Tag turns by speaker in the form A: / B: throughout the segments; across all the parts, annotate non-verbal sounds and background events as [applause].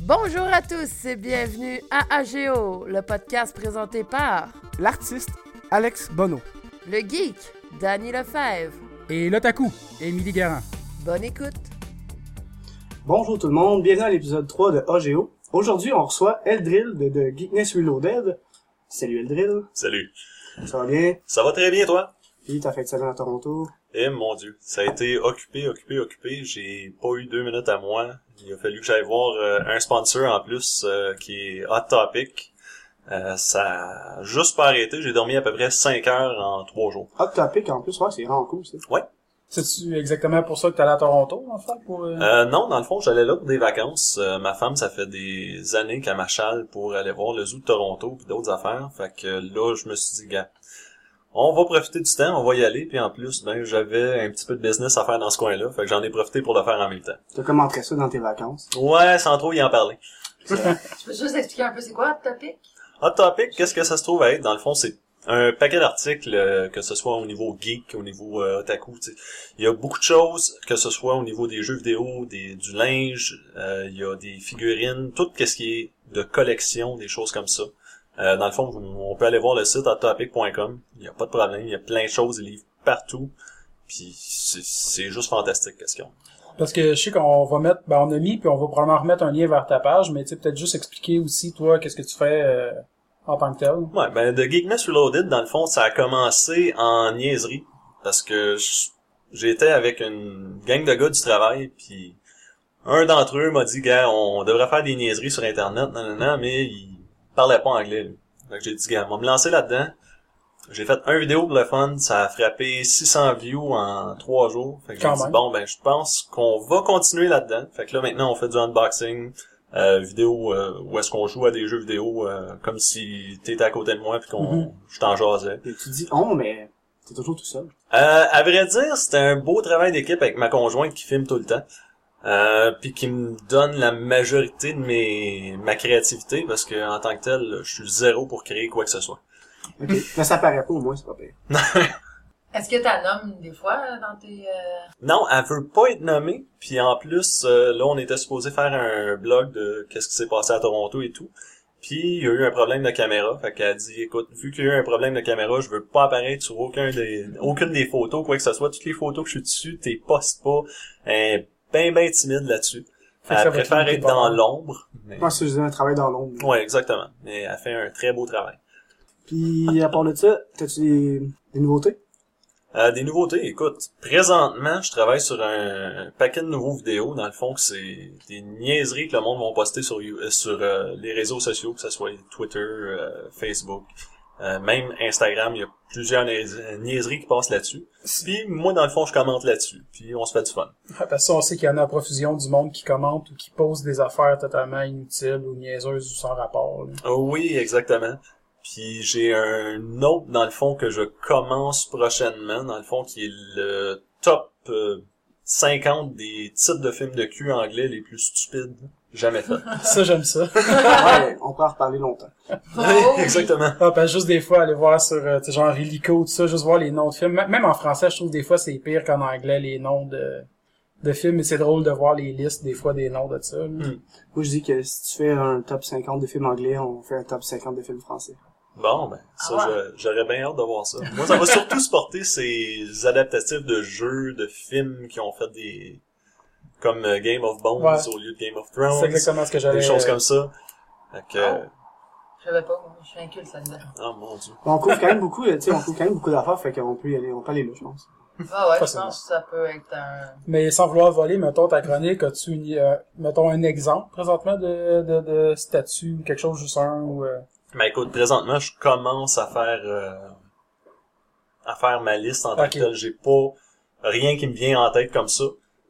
A: Bonjour à tous et bienvenue à AGO, le podcast présenté par
B: l'artiste Alex Bonneau.
A: le geek Danny Lefebvre.
C: Et l'Otaku, Émilie Garin.
A: Bonne écoute.
B: Bonjour tout le monde, bienvenue à l'épisode 3 de AGO. Aujourd'hui, on reçoit Eldrill de, de Geekness Reloaded. Salut Eldrill,
D: Salut.
B: ça va bien?
D: Ça va très bien, toi?
B: Puis t'as fait de semaine à Toronto.
D: Eh mon dieu, ça a été occupé, occupé, occupé. J'ai pas eu deux minutes à moi. Il a fallu que j'aille voir euh, un sponsor en plus euh, qui est Hot Topic. Euh, ça a juste pas arrêté. J'ai dormi à peu près 5 heures en trois jours.
B: Hot Topic en plus, ouais, c'est vraiment cool ça.
E: C'est-tu exactement pour ça que t'allais à Toronto, en fait? Pour, euh,
D: Euh, non, dans le fond, j'allais là pour des vacances. Euh, ma femme, ça fait des années qu'elle m'achale pour aller voir le zoo de Toronto puis d'autres affaires. Fait que là, je me suis dit, gars, on va profiter du temps, on va y aller. Puis en plus, ben j'avais un petit peu de business à faire dans ce coin-là. Fait que j'en ai profité pour le faire en même temps.
B: T'as commenté ça dans tes vacances.
D: Ouais, sans trop y en parler.
F: Je peux juste expliquer un peu c'est quoi le topic?
D: Hot Topic, qu'est-ce que ça se trouve à être? Dans le fond, c'est un paquet d'articles, euh, que ce soit au niveau geek, au niveau euh, otaku. tu sais. Il y a beaucoup de choses, que ce soit au niveau des jeux vidéo, des, du linge, euh, il y a des figurines, tout ce qui est de collection, des choses comme ça. Euh, dans le fond, vous- on peut aller voir le site hottopic.com. Il n'y a pas de problème, il y a plein de choses, des livres partout. Puis c'est- c'est juste fantastique, qu'est-ce qu'ils ont.
E: Parce que je sais qu'on va mettre, ben on a mis, puis on va probablement remettre un lien vers ta page, mais tu sais, peut-être juste expliquer aussi, toi, qu'est-ce que tu fais euh, en tant que tel.
D: Ouais, ben The Geekness Reloaded, dans le fond, ça a commencé en niaiserie. Parce que je- j'étais avec une gang de gars du travail, puis un d'entre eux m'a dit, gars, on devrait faire des niaiseries sur Internet, non, non, non, mais il parlait pas anglais. Lui. Fait que j'ai dit, gars, on va me lancer là-dedans. J'ai fait un vidéo pour le fun, ça a frappé 600 views en trois jours. Fait que j'ai
E: Quand
D: dit,
E: même.
D: bon, ben, je pense qu'on va continuer là-dedans. Fait que là, maintenant, on fait du unboxing, euh, vidéo euh, où est-ce qu'on joue à des jeux vidéo euh, comme si t'étais à côté de moi puis qu'on
E: Mm-hmm.
D: je t'en jasais.
B: Et tu dis on, mais t'es toujours tout seul.
D: Euh, à vrai dire, c'était un beau travail d'équipe avec ma conjointe qui filme tout le temps. Euh, puis qui me donne la majorité de mes ma créativité parce que en tant que tel, je suis zéro pour créer quoi que ce soit.
B: Ok, mais ça paraît pas au moins, c'est pas pire.
F: Est-ce que t'as nommes des fois euh, dans tes... euh,
D: Non, elle veut pas être nommée. Puis en plus, euh, là, on était supposé faire un blog de qu'est-ce qui s'est passé à Toronto et tout. Puis il y a eu un problème de caméra. Fait qu'elle a dit, écoute, vu qu'il y a eu un problème de caméra, je veux pas apparaître sur aucun des, aucune des photos, quoi que ce soit. Toutes les photos que je suis dessus, t'es postes pas. Elle est ben ben timide là-dessus.
E: Fait que ça
D: Elle
E: va
D: préfère
E: être
D: être dans
E: limité.
D: l'ombre. Mais...
B: Moi, c'est juste un travail dans l'ombre.
D: Ouais, exactement. Mais elle fait un très beau travail.
B: Puis à part de ça, t'as-tu des, des nouveautés?
D: Euh, des nouveautés, écoute. Présentement, je travaille sur un, un paquet de nouveaux vidéos. Dans le fond, que c'est des niaiseries que le monde va poster sur, You- euh, sur euh, les réseaux sociaux, que ce soit Twitter, euh, Facebook, euh, même Instagram. Il y a plusieurs niais- niaiseries qui passent là-dessus. Puis moi, dans le fond, je commente là-dessus. Puis on se fait du fun.
E: Parce que ça, on sait qu'il y en a à profusion du monde qui commente ou qui pose des affaires totalement inutiles ou niaiseuses ou sans rapport. là.
D: Euh, Oui, exactement. Puis j'ai un autre, dans le fond, que je commence prochainement, dans le fond, qui est le top euh, 50 des types de films de cul anglais les plus stupides jamais faits.
E: [laughs] Ça, j'aime ça.
B: ouais, on peut en reparler longtemps.
F: Oh,
D: [laughs] exactement.
E: Ah, parce que juste des fois, aller voir sur, euh, tu sais, genre Illico, tout ça, juste voir les noms de films. M- Même en français, je trouve des fois c'est pire qu'en anglais, les noms de, de films. Et c'est drôle de voir les listes, des fois, des noms de ça. là.
B: Moi, je dis que si tu fais un top 50 de films anglais, on fait un top 50 de films français.
D: Bon, ben, ça,
F: Ah ouais.
D: je- j'aurais bien hâte de voir ça. Moi, ça va surtout se porter ces adaptatifs de jeux, de films qui ont fait des... comme euh, Game of Bones
E: Ouais.
D: au lieu de Game of
E: C'est
D: Thrones,
E: exactement ce que j'avais.
D: des choses comme ça. Fait que,
F: Je savais pas, moi, je suis inculte là-dedans.
D: oh mon dieu.
B: On couvre quand même beaucoup, là, tu sais, on couvre quand même beaucoup d'affaires, fait qu'on peut y aller, on peut aller là, je pense.
F: Ah ouais, je
E: Facilement.
F: pense que ça peut être un...
E: Mais sans vouloir voler, mettons ta chronique, as-tu une, euh, mettons un exemple présentement de, de, de statut ou quelque chose, juste un ou, euh,
D: Ben écoute, présentement, je commence à faire euh, à faire ma liste en tant
E: Ok.
D: que telle. J'ai pas rien qui me vient en tête comme ça.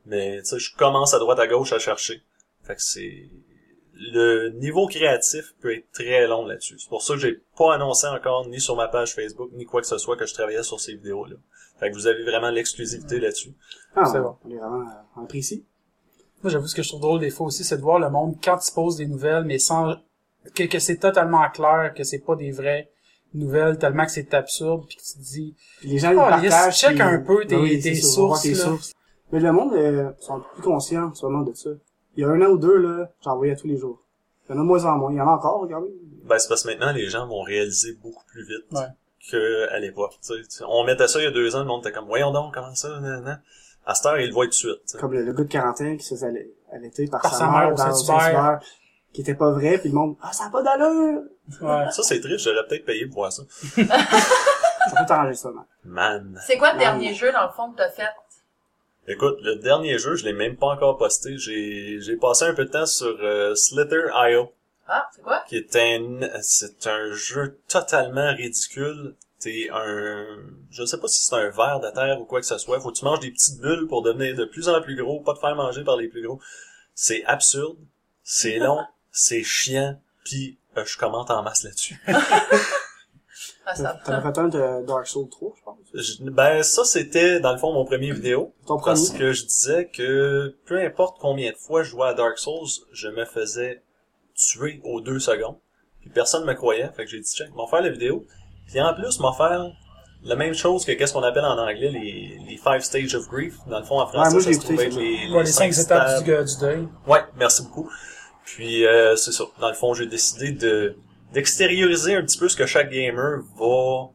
D: Mais tu sais, je commence à droite à gauche à chercher. Fait que c'est. Le niveau créatif peut être très long là-dessus. C'est pour ça que j'ai pas annoncé encore ni sur ma page Facebook, ni quoi que ce soit que je travaillais sur ces vidéos-là. Fait que vous avez vraiment l'exclusivité là-dessus.
B: Ah,
E: C'est
B: on-
E: bon.
B: On est vraiment euh, en précis.
E: Moi, j'avoue, ce que je trouve drôle des fois aussi, c'est de voir le monde quand ils posent des nouvelles, mais sans que, que c'est totalement clair, que c'est pas des vraies nouvelles, tellement que c'est absurde, puis que tu te dis,
B: Puis les gens, ils
E: Oh, yes,
B: partagent.
E: check
B: puis-
E: un peu tes-
B: Ben oui,
E: tes
B: c'est sûr, on va voir
E: sources, là.
B: Mais le monde, euh, sont plus conscients, sûrement, de ça. Il y a un an ou deux, là, j'en voyais tous les jours. Il y en a de moins en moins. Il y en a encore, regardez.
D: Ben, c'est parce que maintenant, les gens vont réaliser beaucoup plus vite
E: Ouais.
D: qu'à l'époque. tu sais. On mettait ça il y a deux ans, le monde était comme, voyons donc, comment ça, nan, nan. À cette heure, ils le voient tout de suite. tu sais.
B: Comme le, le gars de quarantaine qui se faisait alla- allaiter par,
E: Par
B: sa,
E: sa
B: mère,
E: mère au
B: dans le
E: Saint-Hubert.
B: Saint-Hubert, qui était pas vrai, puis le monde, ah, ça a pas d'allure!
E: Ouais.
D: Ça, c'est triste, j'aurais peut-être payé pour voir ça.
B: Ça peut t'arranger ça, man.
D: Man.
F: C'est quoi le
B: Ouais.
F: dernier jeu, dans le fond, que t'as fait?
D: Écoute, le dernier jeu, je l'ai même pas encore posté. J'ai, j'ai passé un peu de temps sur euh, Slither.io,
F: Ah, c'est quoi?
D: qui est un, c'est un jeu totalement ridicule. T'es un, je sais pas si c'est un verre de terre ou quoi que ce soit. Faut que tu manges des petites bulles pour devenir de plus en plus gros, pas te faire manger par les plus gros. C'est absurde, c'est long, c'est chiant, puis euh, je commente en masse là-dessus.
F: Ah, ça.
B: T'en as fait un de Dark Souls 3, je pense.
D: Je- ben ça c'était dans le fond mon premier vidéo
B: Ton
F: Ah,
B: premier.
D: parce que je disais que peu importe combien de fois je jouais à Dark Souls, je me faisais tuer aux deux secondes. Puis personne me croyait, fait que j'ai dit check, m'en faire la vidéo. Puis en plus m'en faire la même chose que qu'est-ce qu'on appelle en anglais les, les five stages of grief. Dans le fond en français
B: moi, je
D: ça
B: l'ai
D: se
B: écouté,
D: trouve être
B: c'est
D: les,
E: Ouais, les cinq étapes
D: stades.
E: du, du deuil.
D: Ouais, merci beaucoup. Puis euh, c'est ça. Dans le fond, j'ai décidé de d'extérioriser un petit peu ce que chaque gamer va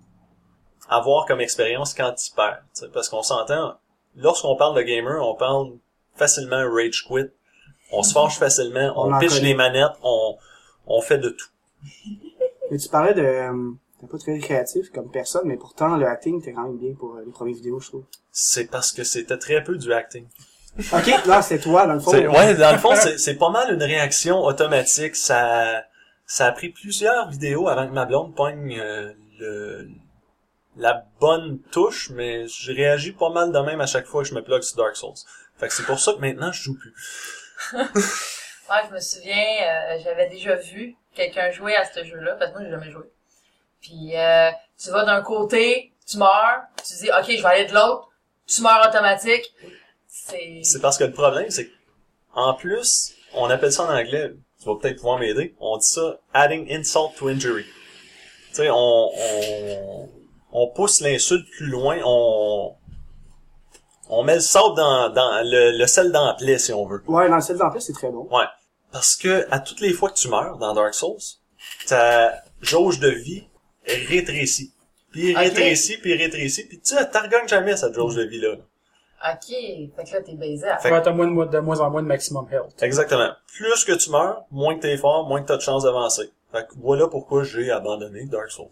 D: avoir comme expérience quand il perd. tu sais, Parce qu'on s'entend, lorsqu'on parle de gamer, on parle facilement rage quit, on se fâche facilement,
B: On
D: on,
B: en
D: pitche
B: connaît.
D: les manettes, on, on fait de tout.
B: Mais tu parlais de, euh, t'es pas très créatif comme personne, mais pourtant, le acting, t'es quand même bien pour euh, les premières vidéos, je trouve.
D: C'est parce que c'était très peu du acting. [laughs]
B: Ok, là, c'est toi, dans le fond.
D: C'est- Ouais, dans le fond, c'est c'est pas mal une réaction automatique. Ça, ça a pris plusieurs vidéos avant que ma blonde pogne euh, le, la bonne touche, mais je réagis pas mal de même à chaque fois que je me plug sur Dark Souls. Fait que c'est pour ça que maintenant je joue plus.
F: Ouais, je me souviens, euh, j'avais déjà vu quelqu'un jouer à ce jeu-là, parce que moi, j'ai jamais joué. Puis, euh, tu vas d'un côté, tu meurs, tu dis, OK, je vais aller de l'autre, tu meurs automatique. C'est...
D: C'est parce que le problème, c'est que, en plus, on appelle ça en anglais, tu vas peut-être pouvoir m'aider, on dit ça adding insult to injury. Tu sais, on, on, on pousse l'insulte plus loin, on, on met le sable dans, dans le, le sel dans la plaie, si on veut.
B: Ouais, dans le style d'en plus, c'est très bon.
D: Ouais. Parce que, à toutes les fois que tu meurs dans Dark Souls, ta jauge de vie rétrécit. Puis
F: Ok.
D: rétrécit, puis rétrécit, puis tu sais, t'en regagnes jamais cette jauge de vie-là.
F: OK, fait que là, t'es baisé. à-
D: Fait-
E: Ouais, t'as moins de, mo- de moins en moins de maximum health.
D: Exactement. Plus que tu meurs, moins que t'es fort, moins que t'as de chances d'avancer. Fait que voilà pourquoi j'ai abandonné Dark Souls.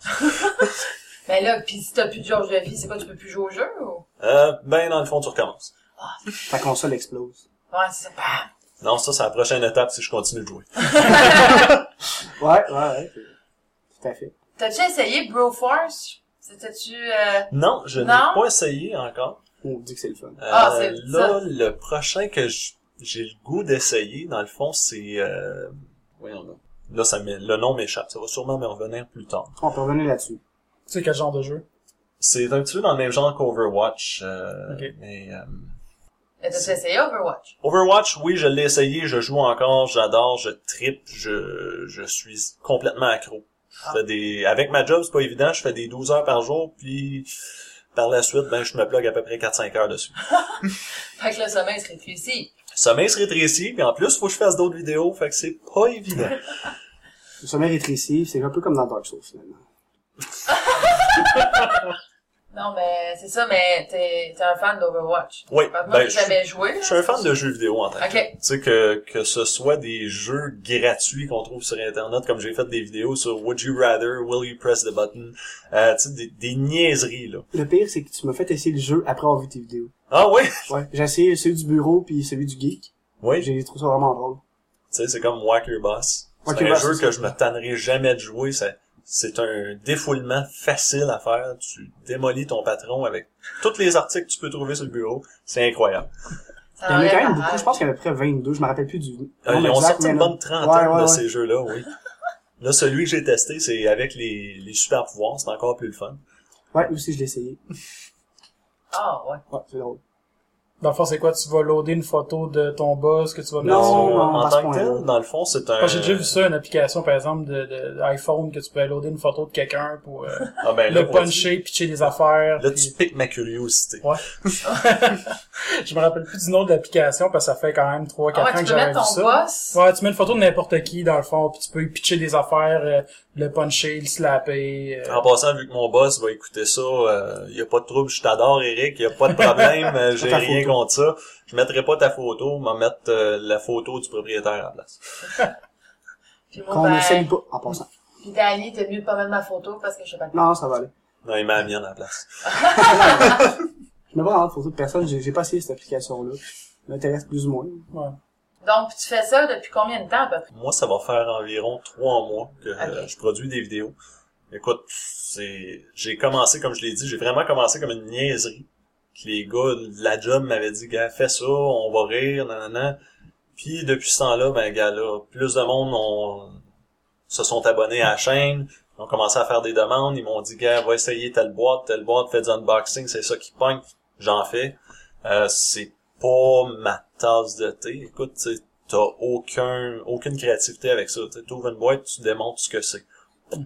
F: Mais là, puis si t'as plus de jauge de vie, c'est quoi, tu peux plus jouer au jeu ou?
D: Euh, ben, dans le fond, tu recommences.
B: Ta console explose.
F: Ouais, c'est pas...
D: Non, ça, c'est la prochaine étape si je continue de jouer.
B: Ouais, ouais, ouais. Tout à fait.
F: T'as-tu essayé Broforce? C'était-tu... Euh...
D: Non, je n'ai
F: Non?
D: pas essayé encore.
B: On dit que c'est le fun.
D: Euh,
F: Ah, c'est
D: là, le prochain que j- j'ai le goût d'essayer, dans le fond, c'est... Euh... voyons là. Là, ça m'est- le nom m'échappe. Ça va sûrement me revenir plus tard.
B: On peut revenir là-dessus.
E: Tu sais quel genre de jeu?
D: C'est un petit peu dans le même genre qu'Overwatch. euh,
E: Ok.
D: mais, euh,
F: T'as-tu essayé Overwatch?
D: Overwatch, oui, je l'ai essayé, je joue encore, j'adore, je trippe, je, je suis complètement accro.
F: Ah.
D: Je fais des, avec ma job, c'est pas évident, je fais des 12 heures par jour, puis par la suite, ben, je me plug à peu près 4-5 heures dessus.
F: Fait que le sommeil serait réussi.
D: Le Sommeil se rétrécit, puis en plus, faut que je fasse d'autres vidéos, fait que c'est pas
F: [laughs]
D: évident.
B: Le sommeil rétrécit, c'est un peu comme dans Dark Souls, finalement.
F: Non, mais c'est ça, mais t'es t'es un fan d'Overwatch.
D: Oui,
F: Fait que Moi,
D: ben,
F: j'ai jamais joué.
D: Je suis un fan de jeux vidéo en tant que
F: Ok.
D: tel. Tu sais, que, que ce soit des jeux gratuits qu'on trouve sur Internet, comme j'ai fait des vidéos sur Would You Rather, Will You Press the Button, euh, tu sais, des, des niaiseries, là.
B: Le pire, c'est que tu m'as fait essayer le jeu après avoir vu tes vidéos.
D: Ah oui? [laughs]
B: Ouais. J'ai essayé celui du bureau puis celui du geek.
D: Oui,
B: J'ai trouvé ça vraiment drôle.
D: Tu sais, c'est comme Whack Your Boss. C'est
B: Whack Your
D: un
B: Boss,
D: jeu
B: c'est
D: que
B: ça.
D: je me tannerai jamais de jouer. C'est, c'est un défoulement facile à faire. Tu démolis ton patron avec tous les articles que tu peux trouver sur le bureau. C'est incroyable.
F: Ça
B: Il y en a
F: enlève
B: quand même
F: la
B: beaucoup,
F: rage.
B: je pense qu'il y en a à peu près 22, je me rappelle plus du nom
D: Euh, ils ont
B: exact,
D: sorti
B: mais
D: une
B: là-
D: bonne trentaine
B: Ouais, ouais,
D: de
B: ouais.
D: ces jeux-là, oui. Là, celui que j'ai testé, c'est avec les, les super pouvoirs. C'est encore plus le fun. [laughs]
B: Ouais, aussi, je l'ai essayé.
F: Ah, ouais.
B: Ouais, c'est drôle.
E: Dans le fond, c'est quoi? Tu vas loader une photo de ton boss que tu vas mettre
B: Non,
E: sur-
B: non,
E: euh,
D: Euh, en
B: pas ce
D: tant que
B: point-là.
D: tel, dans le fond, c'est
E: Parce
D: un...
E: que J'ai déjà vu ça, une application, par exemple, de, de- d'iPhone, que tu peux loader une photo de quelqu'un
D: [laughs]
E: pour euh,
D: Ah, ben, là,
E: le
D: pour-
E: puncher, pitcher des affaires.
D: Là,
E: puis-
D: tu piques ma curiosité.
E: Ouais. [laughs] je me rappelle plus du nom de l'application, parce que ça fait quand même 3-4
F: Ah ouais,
E: ans
F: tu
E: que
F: peux
E: j'avais
F: mettre
E: vu
F: ton
E: ça.
F: boss.
E: Ouais, tu mets une photo de n'importe qui, dans le fond, puis tu peux lui pitcher des affaires, euh, le puncher, le slapper. euh.
D: En passant, vu que mon boss va écouter ça, euh, y a pas de trouble, je t'adore, Eric, y a pas de
B: [laughs]
D: problème, euh, j'ai
B: Ta
D: rien
B: photo.
D: contre ça. Je mettrai pas ta photo, m'en mettre euh, la photo du propriétaire à la place.
F: Puis moi,
B: Qu'on ne salue
F: ben,
B: pas, en passant.
F: puis Dali, t'es mieux de pas mettre ma photo parce que je sais pas le
B: Non, ça va aller.
D: Non, il met la mienne à la place.
B: Je mets pas en photo de personne, j'ai j'ai pas essayé cette application-là. Ça m'intéresse plus ou moins.
F: Donc, puis tu fais ça depuis combien de temps, à peu près?
D: Moi, ça va faire environ trois mois que euh,
F: Ok.
D: je produis des vidéos. Écoute, c'est, j'ai commencé, comme je l'ai dit, j'ai vraiment commencé comme une niaiserie. Que les gars de la job m'avaient dit, gars, fais ça, on va rire, nanana. Puis, depuis ce temps-là, ben, gars, là, plus de monde ont- se sont abonnés à la chaîne, ont commencé à faire des demandes, ils m'ont dit, gars, va essayer telle boîte, telle boîte, fais du unboxing, c'est ça qui pogne. J'en fais. Euh, c'est pas ma tasse de thé. Écoute, tu sais, t'as aucun, aucune créativité avec ça. Tu ouvres une boîte, tu démontres ce que c'est. Tu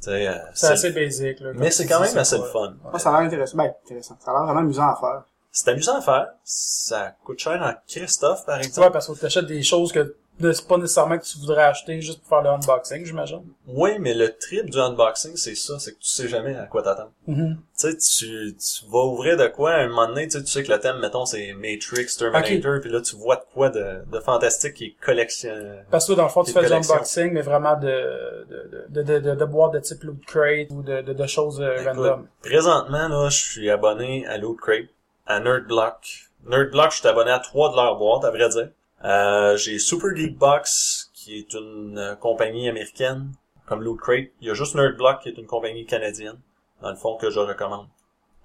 D: sais, euh,
E: c'est
D: c'est-
E: assez basique, là. comme
D: Mais
E: tu
D: c'est
E: dis,
D: quand même assez le
E: pas-
D: fun.
B: Moi, ça a l'air intéressant. Ben, intéressant. Ça a l'air vraiment amusant à faire.
D: C'est amusant à faire. Ça coûte cher en Christophe, par exemple.
E: Ouais, parce que t'achètes des choses que de- c'est pas nécessairement que tu voudrais acheter juste pour faire le unboxing, j'imagine.
D: Oui, mais le trip du unboxing, c'est ça. C'est que tu sais jamais à quoi t'attendre. Tu sais, tu, tu vas ouvrir de quoi à un moment donné, tu sais, tu sais que le thème, mettons, c'est Matrix, Terminator, puis là, tu vois de quoi de, de fantastique qui est collection...
E: Parce que toi, dans le fond, tu
D: Des
E: fais du
D: collections.
E: unboxing, mais vraiment de, de, de, de, de, de boîtes de type loot crate ou de, de, de choses euh,
D: Écoute,
E: random.
D: Présentement, là, je suis abonné à Loot Crate, à Nerdblock. Nerdblock, je suis abonné à trois de leurs boîtes, à vrai dire. Euh, j'ai Super Geek Box, qui est une euh, compagnie américaine, comme Loot Crate. Il y a juste Nerdblock, qui est une compagnie canadienne, dans le fond, que je recommande,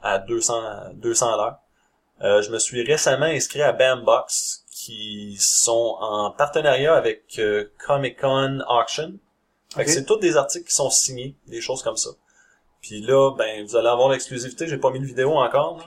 D: à 200, 200 à l'heure. Euh, je me suis récemment inscrit à Bambox, qui sont en partenariat avec euh, Comic Con Auction. Fait que
B: Ok.
D: c'est tous des articles qui sont signés, des choses comme ça. Puis là, ben, vous allez avoir l'exclusivité. J'ai pas mis de vidéo encore. là.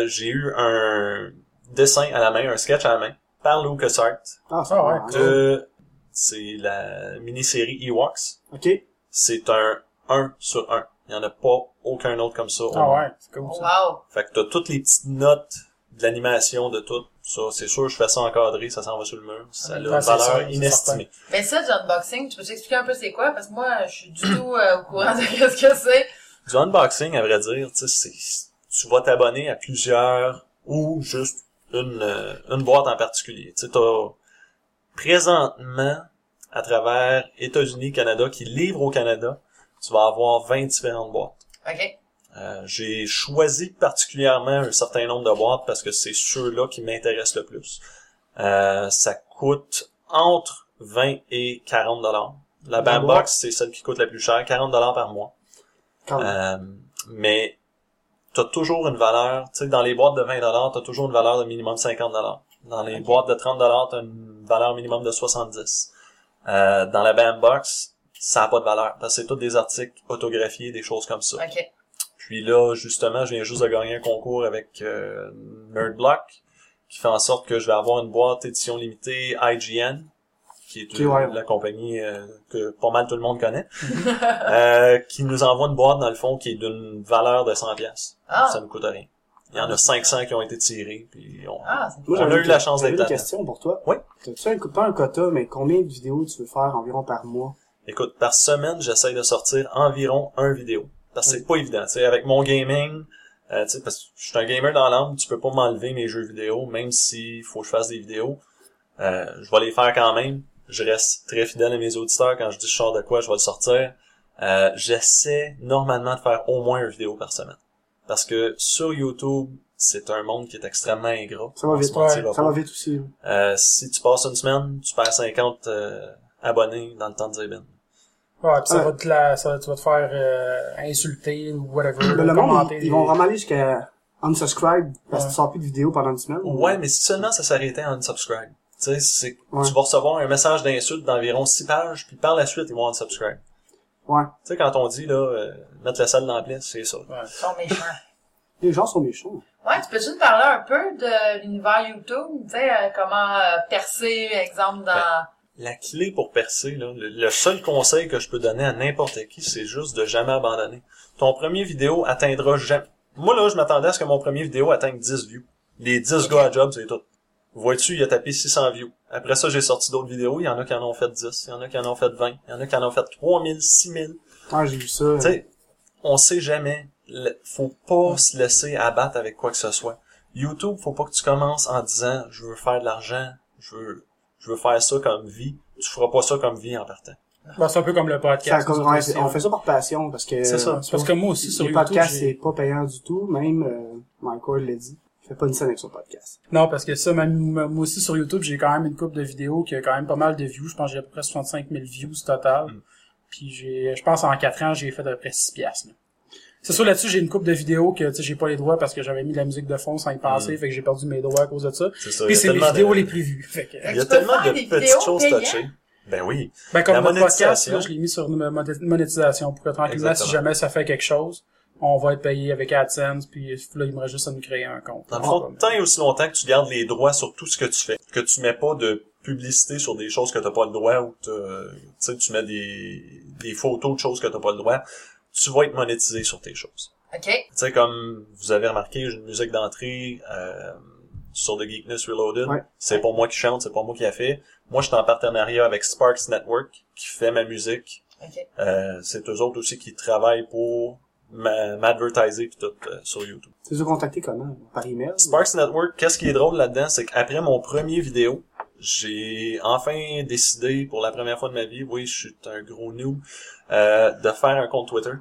D: Euh, j'ai eu un dessin à la main, un sketch à la main, par LucasArts.
B: Ah,
E: Ah ouais,
B: va, hein.
D: De... C'est la mini-série Ewoks.
B: Ok.
D: C'est un 1 sur 1. Il y en a pas aucun autre comme ça. au
E: Ah
D: monde.
E: ouais, c'est cool ça.
F: Wow!
D: Fait que t'as toutes les petites notes de l'animation, de tout. Ça, c'est sûr, je fais ça encadré, ça s'en va sur le mur. Ça a une
E: Ah, c'est
D: valeur
E: sûr, c'est
D: inestimée.
F: Mais ça, du unboxing, tu peux t'expliquer un peu c'est quoi? Parce que moi, je suis du tout euh, au courant de [laughs] qu'est-ce que c'est.
D: Du unboxing, à vrai dire, tu sais, c'est- tu vas t'abonner à plusieurs ou juste une, euh, une boîte en particulier. Tu sais, t'as présentement, à travers États-Unis, Canada, qui livre au Canada, tu vas avoir 20 différentes boîtes.
F: OK.
D: Euh, j'ai choisi particulièrement un certain nombre de boîtes parce que c'est ceux-là qui m'intéressent le plus. Euh, ça coûte entre 20 et 40 dollars. La
B: Par mois?
D: Bambox, c'est celle qui coûte la plus chère, 40 dollars par mois.
B: Quand même.
D: Euh, mais t'as toujours une valeur, tu sais, dans les boîtes de 20 dollars, t'as toujours une valeur de minimum 50 dollars. Dans les boîtes de 30 dollars, t'as une valeur minimum de 70. Euh, dans la Bambox, ça n'a pas de valeur parce que c'est tous des articles autographiés, des choses comme ça.
F: OK.
D: Puis là, justement, je viens juste de gagner un concours avec euh, Nerdblock, qui fait en sorte que je vais avoir une boîte édition limitée IGN, qui est
B: Ok,
D: une-
B: ouais. Mhm.
D: la compagnie euh, que pas mal tout le
B: [laughs]
D: monde connaît, euh, qui nous envoie une boîte, dans le fond, qui est d'une valeur de 100 pièces.
F: Ah!
D: Ça ne coûte rien. Il y en a 500 qui ont été tirés, puis on...
F: Ah, c'est
D: on
B: j'avais
D: a eu
B: une-
D: la chance
B: j'avais
D: d'être
B: une
D: là.
B: question pour toi.
D: Oui.
B: T'as-tu un, pas un quota, mais combien de vidéos tu veux faire environ par mois?
D: Écoute, par semaine, j'essaye de sortir environ un vidéo. Parce que c'est pas évident. Tu sais, avec mon gaming, euh, tu sais, parce que je suis un gamer dans l'âme, tu peux pas m'enlever mes jeux vidéo, même s'il faut que je fasse des vidéos. Euh, je vais les faire quand même. Je reste très fidèle à mes auditeurs. Quand je dis je sors de quoi, je vais le sortir. Euh, j'essaie normalement de faire au moins une vidéo par semaine. Parce que sur YouTube, c'est un monde qui est extrêmement ingrat.
B: Ça va
D: On se
B: vite,
D: mentira
B: Ça
D: pas.
B: va vite aussi.
D: Euh, si tu passes une semaine, tu perds 50 euh, abonnés dans le temps de dire ben.
E: Ouais, pis ça
B: Ouais.
E: va te la, ça, tu vas te faire euh, insulter ou whatever,
B: Ben, Le, le monde,
E: commenter.
B: ils,
E: des-
B: ils vont vraiment aller jusqu'à unsubscribe parce que
E: Ouais.
B: tu sors plus de vidéos pendant une semaine.
D: Ouais, mais si seulement ça s'arrêtait en unsubscribe. Tu sais, c'est,
B: Ouais.
D: tu vas recevoir un message d'insulte d'environ 6 pages, puis par la suite, ils vont unsubscribe.
B: Ouais.
D: Tu sais, quand on dit, là, euh, mettre la salle dans la plaie, c'est ça.
F: Ils sont méchants.
B: Les gens sont méchants.
F: Ouais, tu peux-tu nous parler un peu de l'univers YouTube, tu sais, euh, comment euh, percer, exemple, dans...
D: La clé pour percer, là, le, le seul conseil que je peux donner à n'importe qui, c'est juste de jamais abandonner. Ton premier vidéo atteindra jamais... Moi, là, je m'attendais à ce que mon premier vidéo atteigne 10 views. Les 10 gars à job, c'est tout. Vois-tu, il a tapé 600 views. Après ça, j'ai sorti d'autres vidéos. Il y en a qui en ont fait 10, il y en a qui en ont fait 20, il y en a qui en ont fait 3000, 6000.
B: Quand j'ai vu ça,
D: Tu sais, on sait jamais. Le- Faut
E: Mm.
D: pas se laisser abattre avec quoi que ce soit. YouTube, faut pas que tu commences en disant je veux faire de l'argent, je veux je veux faire ça comme vie. Tu feras pas ça comme vie en partant.
E: Ben, c'est un peu comme le
B: ça
E: podcast.
B: a comme-
E: nous autres aussi,
B: on
E: hein.
B: fait ça par passion parce que
D: C'est ça.
E: Parce que moi aussi, sur
B: le
E: YouTube,
B: podcast,
E: j'ai-
B: c'est pas payant du tout. Même euh, Michael l'a dit. Il fait pas une scène avec son podcast.
E: Non, parce que ça, même, moi aussi sur YouTube, j'ai quand même une coupe de vidéos qui a quand même pas mal de views. Je pense que j'ai à peu près 65 000 views total.
D: Mm.
E: Puis j'ai, je pense en 4 ans, j'ai fait à peu près 6 piastres. là. C'est sûr, là-dessus, j'ai une coupe de vidéos que, tu sais, j'ai pas les droits parce que j'avais mis de la musique de fond sans y penser, fait que j'ai perdu mes droits à cause de ça.
D: C'est Mm. ça.
E: Puis
D: il y a
E: c'est les
D: tellement de-
E: vidéos les plus vues. Fait que,
D: Il y a
F: Tu peux
D: tellement de
F: faire des vidéos
D: petites choses
F: payantes?
D: touchées. Ben oui.
E: ben, comme
D: La
E: notre podcast,
D: monétisation.
E: là, je l'ai mis sur une moné- monétisation pour que tranquillement, si
D: Exactement.
E: jamais ça fait quelque chose, on va être payé avec AdSense, puis là, il me reste juste à nous créer un compte.
D: Dans le
E: Ah,
D: fond,
E: ben,
D: tant et aussi longtemps que tu gardes les droits sur tout ce que tu fais, que tu mets pas de publicité sur des choses que t'as pas le droit ou que t'as- tu sais, tu mets des, des photos de choses que t'as pas le droit, tu vas être monétisé sur tes choses.
F: OK.
D: Tu sais, comme vous avez remarqué, j'ai une musique d'entrée euh, sur The Geekness Reloaded.
B: Ouais.
D: C'est pas moi qui chante, c'est pas moi qui la fait. Moi, je suis en partenariat avec Sparks Network, qui fait ma musique.
F: OK.
D: Euh, c'est eux autres aussi qui travaillent pour ma- m'advertiser pis tout euh, sur YouTube.
B: Tu les as contactés comment? Par email?
D: Sparks Network, qu'est-ce qui est drôle là-dedans, c'est qu'après mon premier vidéo, j'ai enfin décidé, pour la première fois de ma vie, oui, je suis un gros noob, euh, de faire un compte Twitter.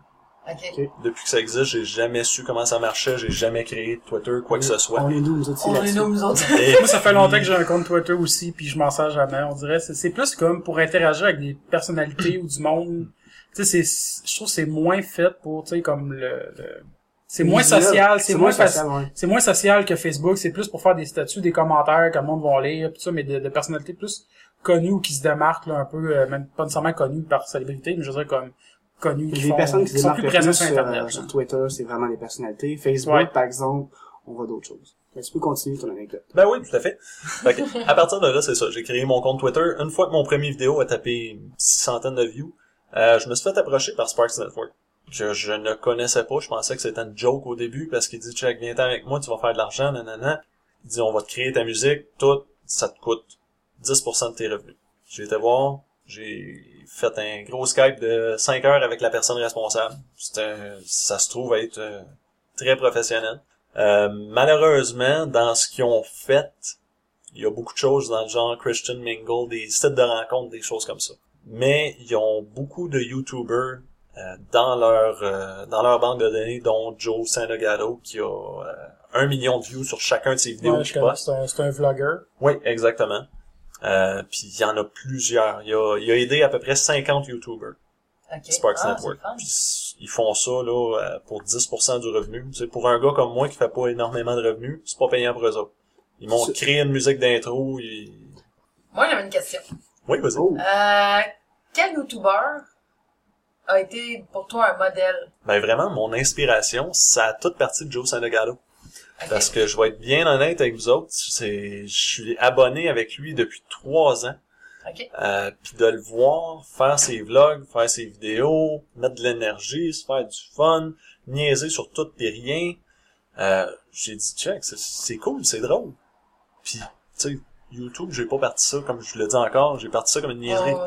F: OK.
D: Depuis que ça existe, j'ai jamais su comment ça marchait, j'ai jamais créé de Twitter, quoi que ce soit.
B: On est nous, nous autres, c'est
F: On est
B: là-dessus.
F: nous, nous autres.
D: [laughs] Et
E: Moi, ça fait longtemps que j'ai un compte Twitter aussi, puis je m'en sers jamais, on dirait. C'est, c'est plus comme pour interagir avec des personnalités ou du monde. Tu sais, c'est, je trouve que c'est moins fait pour, tu sais, comme le, le- c'est moins
B: Visuel.
E: social, c'est, moins, faci-
B: social, ouais.
E: c'est moins social que Facebook, c'est plus pour faire des statuts, des commentaires que le monde va lire, pis ça, mais de, de personnalités plus connues ou qui se démarquent, là, un peu, euh, même pas nécessairement connues par célébrité, mais je dirais comme connues, qui,
B: Les
E: font-
B: personnes qui se
E: qui sont
B: démarquent
E: plus
B: le plus
E: présentes sur
B: sur,
E: Internet.
B: euh,
E: genre.
B: sur Twitter, c'est vraiment les personnalités. Facebook,
E: Ouais.
B: par exemple, on voit d'autres choses. Mais tu peux continuer ton anecdote.
D: Ben oui, tout à fait. Fait que, à partir de là, c'est ça. J'ai créé mon compte Twitter. Une fois que mon premier vidéo a tapé une centaine de views, euh, je me suis fait approcher par Sparks Network. Je, je ne connaissais pas, je pensais que c'était une joke au début parce qu'il dit Check, viens-t'en avec moi, tu vas faire de l'argent, nanana. Il dit On va te créer ta musique, tout, ça te coûte 10% de tes revenus. J'ai été voir, j'ai fait un gros Skype de 5 heures avec la personne responsable. C'était, ça se trouve être euh, très professionnel. Euh, malheureusement, dans ce qu'ils ont fait, il y a beaucoup de choses dans le genre Christian Mingle, des sites de rencontres, des choses comme ça. Mais ils ont beaucoup de YouTubers euh, dans leur euh, dans leur banque de données, dont Joe Sanagato qui a euh, un million de views sur chacun de ses vidéos
E: Ouais, je
D: qu'il
E: connais,
D: poste.
E: c'est un, c'est un vlogger.
D: Oui, exactement. Euh, Puis il y en a plusieurs. Il a, il a aidé à peu près 50 YouTubers.
F: OK.
D: Sparks
F: Ah,
D: Network.
F: c'est le fun.
D: Puis s- ils font ça là euh, pour 10% du revenu. C'est pour un gars comme moi qui fait pas énormément de revenus, c'est pas payant pour eux autres. Ils m'ont
B: C'est-
D: créé une musique d'intro. Ils...
F: Moi, j'avais une question.
D: Oui, vas-y.
B: Oh!
F: Euh, quel YouTuber a été pour toi un modèle?
D: Ben vraiment, mon inspiration, ça a toute partie de Joe Sanagalo.
F: Ok.
D: Parce que je vais être bien honnête avec vous autres, c'est, je suis abonné avec lui depuis trois ans.
F: OK.
D: Euh, puis de le voir faire ses vlogs, faire ses vidéos, mettre de l'énergie, se faire du fun, niaiser sur tout et rien. Euh, j'ai dit check, c'est- c'est cool, c'est drôle. Puis tu sais, YouTube, j'ai pas parti ça comme je vous l'ai dit encore, j'ai parti ça comme une niaiserie.
F: Oh,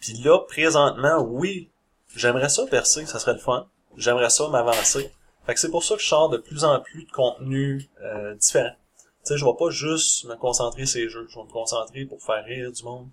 D: Puis là, présentement, oui, j'aimerais ça percer, ça serait le fun. J'aimerais ça m'avancer. Fait que c'est pour ça que je sors de plus en plus de contenu euh, différent. Tu sais, je vais pas juste me concentrer sur les jeux. Je vais me concentrer pour faire rire du monde.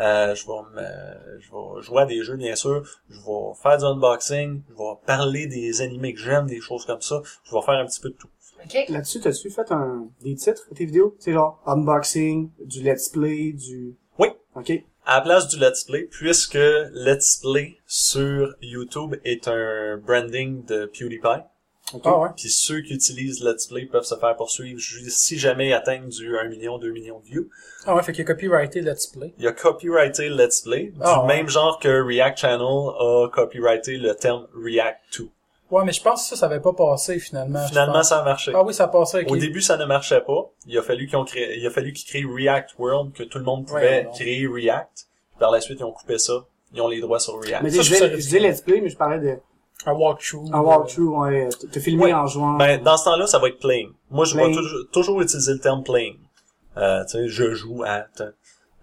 D: Euh, je, vais me- je vais jouer à des jeux, bien sûr. Je vais faire du unboxing. Je vais parler des animés que j'aime, des choses comme ça. Je vais faire un petit peu de tout.
F: OK.
B: Là-dessus, t'as-tu fait un, des titres à tes vidéos? C'est genre, unboxing, du let's play, du...
D: Oui.
B: OK.
D: À la place du Let's Play, puisque Let's Play sur YouTube est un branding de PewDiePie,
B: OK.
E: Ah ouais?
D: Puis ceux qui utilisent Let's Play peuvent se faire poursuivre ju- si jamais ils atteignent du 1 million, 2 millions de views.
E: Ah ouais, fait qu'il a copyrighté Let's Play.
D: Il a copyrighté Let's Play, du
E: Ah ouais.
D: même genre que React Channel a copyrighté le terme React to.
E: Ouais, mais je pense que ça, ça avait pas passé finalement. je
D: Finalement,
E: pense.
D: ça a marché.
E: Ah oui, ça passait. avec
D: Au
E: les-
D: début, ça ne marchait pas. Il a fallu qu'ils ont créé- il a fallu qu'ils créent React World, que tout le monde pouvait
E: Ouais, non.
D: créer React. Puis par la suite, ils ont coupé ça. Ils ont les droits sur React.
B: Mais
E: Ça,
B: tu sais,
E: je
B: je
E: trouve ça
B: disais- je disais let's play, mais je parlais de
E: Un walkthrough. euh,
B: un walkthrough, ouais, te- te filmer
D: Ouais.
B: en jouant. Ah,
D: Ben, dans ce temps-là, ça va être playing. Moi, je vais
B: Playing.
D: toujours, toujours utiliser le terme playing. Euh, tu sais, je joue à... t-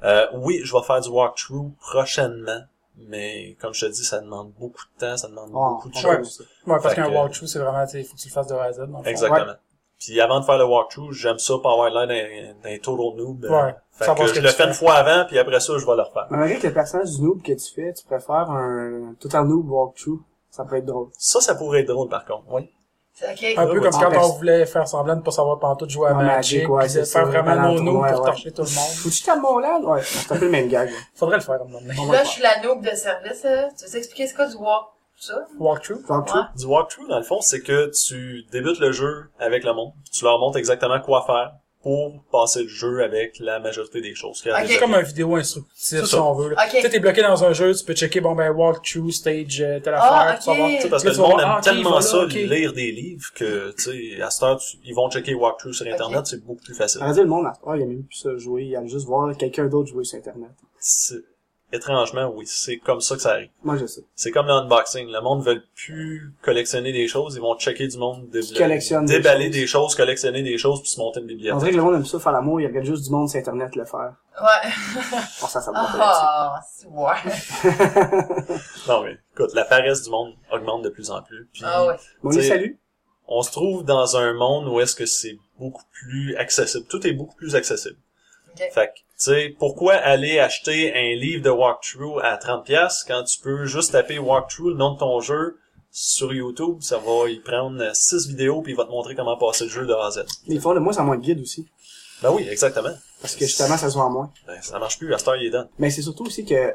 D: Euh, oui, je vais faire du walkthrough prochainement, mais comme je te dis, ça demande beaucoup de temps, ça demande
E: Ah,
B: Oh,
D: beaucoup de
B: on
D: choses.
B: va-
E: Ouais, parce
D: Fait
E: qu'un
D: que-
E: walkthrough, c'est vraiment, tu sais, faut que tu le fasses de A à Z. dans le fond.
D: Exactement. Puis avant de faire le walkthrough, j'aime ça pas avoir l'air d'un- d'un total noob. euh,
E: Ouais.
D: Fait
E: Savoir
D: que
E: ce
D: je
E: que
D: le
E: tu
D: fais une
E: fais.
D: fois avant, puis après ça, je vais le refaire.
B: Mais malgré que le personnage du noob que tu fais, tu préfères un total noob walkthrough. Ça peut être drôle.
D: Ça, ça pourrait être drôle, par contre. Oui.
F: C'est ok.
E: Un
D: Ouais,
E: peu
D: ouais.
E: comme quand
B: Ah,
E: on
B: parce-
E: voulait faire semblant de pas savoir pantoute jouer à
B: Ouais,
E: Magic,
B: Magic, ouais,
E: puis de
B: c'est ça,
E: faire vraiment
B: pendant le
E: nos nous
B: tournoi,
E: pour
B: ouais.
E: torcher tout le monde.
B: Faut-tu t'amener mon lad? Ouais, c'est un peu le même gag. hein. là.
E: Faudrait le faire, à un moment donné.
B: On va
F: Là, je
B: le faire.
F: suis la noob de service, là. Tu veux expliquer ce quoi du walk? Ça?
E: Walkthrough?
B: Walkthrough.
F: Ouais.
D: Du walkthrough, dans le fond, c'est que tu débutes le jeu avec le monde. Tu leur montres exactement quoi faire pour passer le jeu avec la majorité des choses. qu'il y a
F: Ok.
E: C'est
D: déjà.
E: comme un vidéo instructif,
D: C'est
E: si
D: ça.
E: on veut. là.
F: Ok.
E: Tu sais, t'es bloqué dans un jeu, tu peux checker, bon, ben, walkthrough, stage, euh, telle
F: Ah,
E: affaire, tu vas voir.
D: Tu sais,
F: ok.
D: Parce que
E: Là,
D: le
E: tu vas
D: monde
E: voir,
D: aime
E: ah, ok,
D: tellement
E: voilà,
D: ça,
E: ok.
D: lire des livres, que, tu sais, à cette heure, tu- ils vont checker walkthrough sur Internet,
F: Ok.
D: c'est beaucoup plus facile.
B: Ça veut dire, le monde, à oh, il a même plus ça jouer, il a juste voir quelqu'un d'autre jouer sur Internet.
D: C'est- Étrangement, oui, c'est comme ça que ça arrive.
B: Moi, je sais.
D: C'est comme l'unboxing. Le monde veut plus collectionner des choses, ils vont checker du monde, dé-
B: Qui collectionne des
D: déballer
B: choses.
D: des choses. collectionner des choses, puis se monter
B: On
D: une bibliothèque.
B: dirait que le monde aime ça faire l'amour, il regarde juste du monde sur Internet le faire.
F: Ouais.
B: Bon, ça, ça me rappelle là-dessus.
F: Ah, c'est ouais.
D: Non, mais écoute, la paresse du monde augmente de plus en plus. Puis
F: Ah ouais.
B: Bon, les
D: T'sais,
B: salut.
D: on se trouve dans un monde où est-ce que c'est beaucoup plus accessible. Tout est beaucoup plus accessible.
F: Ok.
D: Fait que, tu sais, pourquoi aller acheter un livre de walkthrough à 30$ quand tu peux juste taper walkthrough, le nom de ton jeu, sur YouTube, ça va y prendre 6 vidéos puis il va te montrer comment passer le jeu de A à Z.
B: Ils font le moi, ça moins de guide aussi.
D: Ben oui, exactement.
B: Parce que justement, ça se voit en moins.
D: Ben, ça marche plus, à cette heure, il est dedans.
B: Mais c'est surtout aussi que,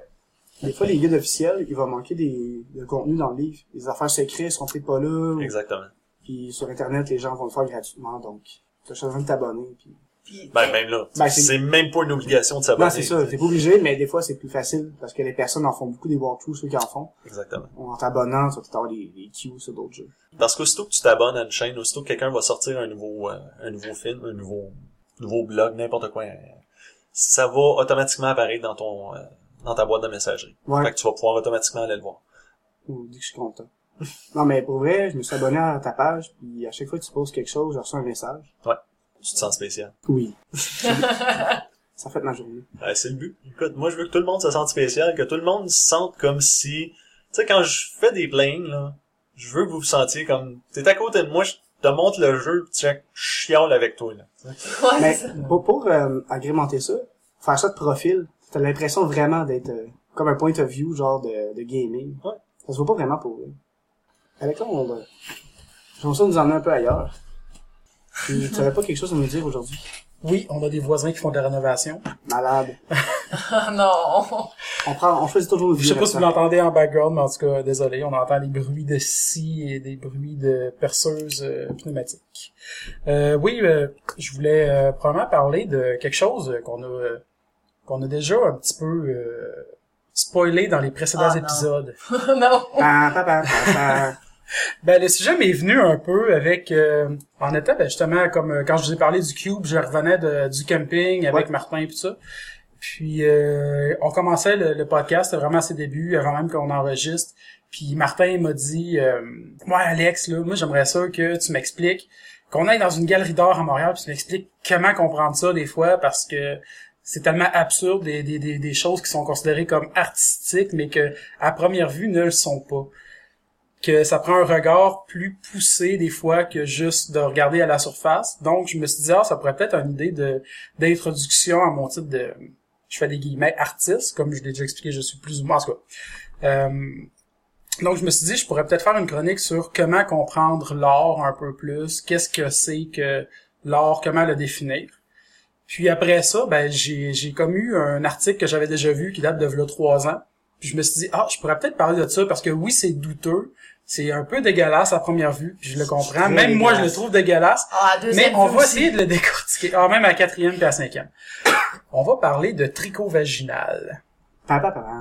B: des fois, les guides officiels, il va manquer des, de contenu dans le livre. Les affaires secrètes seront peut-être pas là. ou-
D: Exactement.
B: Puis sur Internet, les gens vont le faire gratuitement, donc t'as juste besoin de t'abonner. Puis...
F: Puis,
D: Ben, même là.
B: Ben, c'est-
D: c'est même pas une obligation de s'abonner.
B: Non, c'est ça, t'es pas obligé, mais des fois, c'est plus facile, parce que les personnes en font beaucoup des walkthroughs, ceux qui en font.
D: Exactement.
B: En t'abonnant, tu vas peut-être avoir des, des queues sur d'autres jeux.
D: Parce qu'aussitôt que tu t'abonnes à une chaîne, aussitôt que quelqu'un va sortir un nouveau, euh, un nouveau film, un nouveau, nouveau blog, n'importe quoi, euh, ça va automatiquement apparaître dans ton, euh, dans ta boîte de messagerie.
B: Ouais.
D: Fait que tu vas pouvoir automatiquement aller le voir.
B: Ou dit que je suis content. [laughs] non, mais pour vrai, je me suis abonné à ta page, puis à chaque fois que tu poses quelque chose, je reçois un message.
D: Tu te sens spécial.
B: Oui. ça fait ma journée.
D: Ouais, c'est le but. Écoute, moi, je veux que tout le monde se sente spécial, que tout le monde se sente comme si, tu sais, quand je fais des plaintes, là, je veux que vous vous sentiez comme, t'es à côté de moi, je te montre le jeu, tu sais, je chiale avec toi, là.
F: [laughs] ouais,
B: Mais
F: c'est ça.
B: pour, pour, euh, agrémenter ça, faire ça de profil, t'as l'impression vraiment d'être euh, comme un point of view genre de, de gaming.
D: Ouais.
B: Ça se voit pas vraiment pour eux. Avec là, on va... J'aimerais ça nous emmener un peu ailleurs. Puis, tu avais pas quelque chose à nous dire aujourd'hui?
E: Oui, on a des voisins qui font de la rénovation.
B: Malade.
F: Ah non.
B: On prend, on choisit toujours le
E: Je sais
B: vieux
E: pas si vous
B: restant.
E: l'entendez en background, mais en tout cas, désolé, on entend des bruits de scie et des bruits de perceuses euh, pneumatiques. Euh, oui, euh, je voulais euh, probablement parler de quelque chose euh, qu'on a euh, qu'on a déjà un petit peu euh, spoilé dans les précédents
F: Ah, non.
E: épisodes.
F: [laughs] non.
B: Pam, pam, pam, pam, pam.
E: Ben le sujet m'est venu un peu avec euh, en étant ben, justement comme euh, quand je vous ai parlé du cube, je revenais de- du camping avec
B: Ouais.
E: Martin et tout ça. Puis euh, on commençait le, le podcast c'était vraiment à ses débuts, avant même qu'on enregistre. Puis Martin m'a dit euh, Ouais Alex, là, moi j'aimerais ça que tu m'expliques qu'on aille dans une galerie d'art à Montréal, puis tu m'expliques comment comprendre ça des fois, parce que c'est tellement absurde des, des, des, des choses qui sont considérées comme artistiques, mais que à première vue ne le sont pas. Que ça prend un regard plus poussé des fois que juste de regarder à la surface. Donc je me suis dit ah ça pourrait peut-être être une idée de d'introduction à mon titre de je fais des guillemets artiste comme je l'ai déjà expliqué je suis plus ou moins en tout cas. Euh, donc je me suis dit je pourrais peut-être faire une chronique sur comment comprendre l'art un peu plus, qu'est-ce que c'est que l'art, comment le définir. Puis après ça, ben j'ai j'ai comme eu un article que j'avais déjà vu qui date de v'là trois ans. Puis je me suis dit ah je pourrais peut-être parler de ça parce que oui c'est douteux, c'est un peu dégueulasse à première vue, puis je le comprends.
B: très
E: Même moi je le
B: dégueulasse.
E: trouve dégueulasse.
F: Ah, à deuxième
E: Mais on
F: vue
E: va
F: aussi.
E: essayer de le décortiquer. Ah, même à la quatrième puis à la cinquième. on va parler de tricot vaginal.
B: Papa, papa.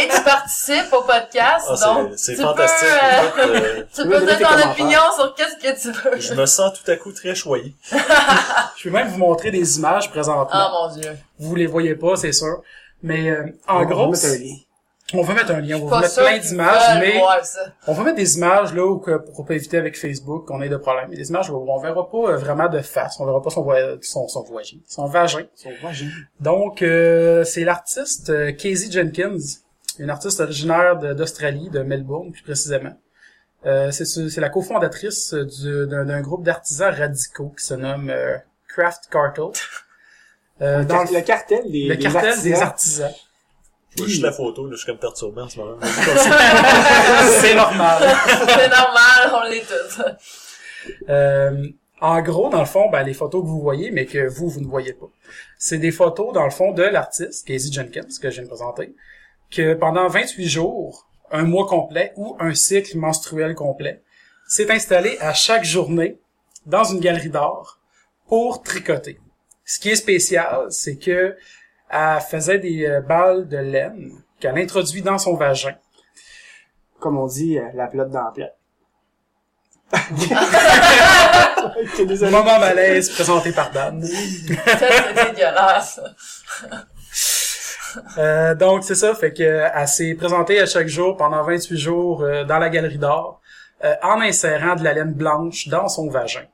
F: Et tu participes au podcast,
D: Ah,
F: donc
D: c'est- c'est
F: tu
D: fantastique.
F: peux, euh,
D: Écoute, euh,
F: tu
B: Tu
F: peux
B: veux
F: donner
B: donner
F: ton
B: tes
F: opinion sur qu'est-ce que tu veux.
D: je me sens tout à coup très choyé.
E: Je peux même vous montrer des images présentement.
F: Ah mon dieu.
E: Vous les voyez pas, c'est sûr. Mais euh, en gros,
B: c'est un lien.
E: on va mettre un lien, on va
F: Pas
E: vous mettre
F: sûr
E: plein
F: qu'ils
E: d'images,
F: veulent
E: mais
F: voir ça. [laughs]
E: on va mettre des images là où que- pour pas éviter avec Facebook qu'on ait de problèmes. Mais des images où on verra pas euh, vraiment de face, on verra pas son voy- son son voyage, son vagin.
B: Son vagin.
E: Donc euh, c'est l'artiste euh, Casey Jenkins, une artiste originaire de- d'Australie, de, Melbourne plus précisément. Euh, c'est ce- c'est la cofondatrice euh, du- d'un d'un groupe d'artisans radicaux qui se nomme euh, Craft Cartel. Euh, dans le
B: Le cartel des,
E: le
B: des
E: cartel
B: artisans.
E: des artisans.
D: Je vois juste la photo, là, je suis comme perturbé en ce moment. [laughs]
E: C'est normal.
F: C'est normal, on l'est tous.
E: Euh, en gros, dans le fond, ben, les photos que vous voyez, mais que vous, vous ne voyez pas, c'est des photos, dans le fond, de l'artiste, Casey Jenkins, que je viens de présenter, que pendant 28 jours, un mois complet ou un cycle menstruel complet, s'est installé à chaque journée dans une galerie d'art pour tricoter. Ce qui est spécial, c'est que elle faisait des euh, balles de laine qu'elle introduit dans son vagin.
B: Comme on dit, euh, la pelote dans la
E: [laughs]
B: plaque. Ok, désolé.
E: Moment malaise présenté par Dan.
F: Ça,
E: [laughs]
F: C'est dégueulasse.
E: Euh, donc c'est ça, fait que euh, elle s'est présentée à chaque jour pendant 28 jours euh, dans la galerie d'art euh, en insérant de la laine blanche dans son vagin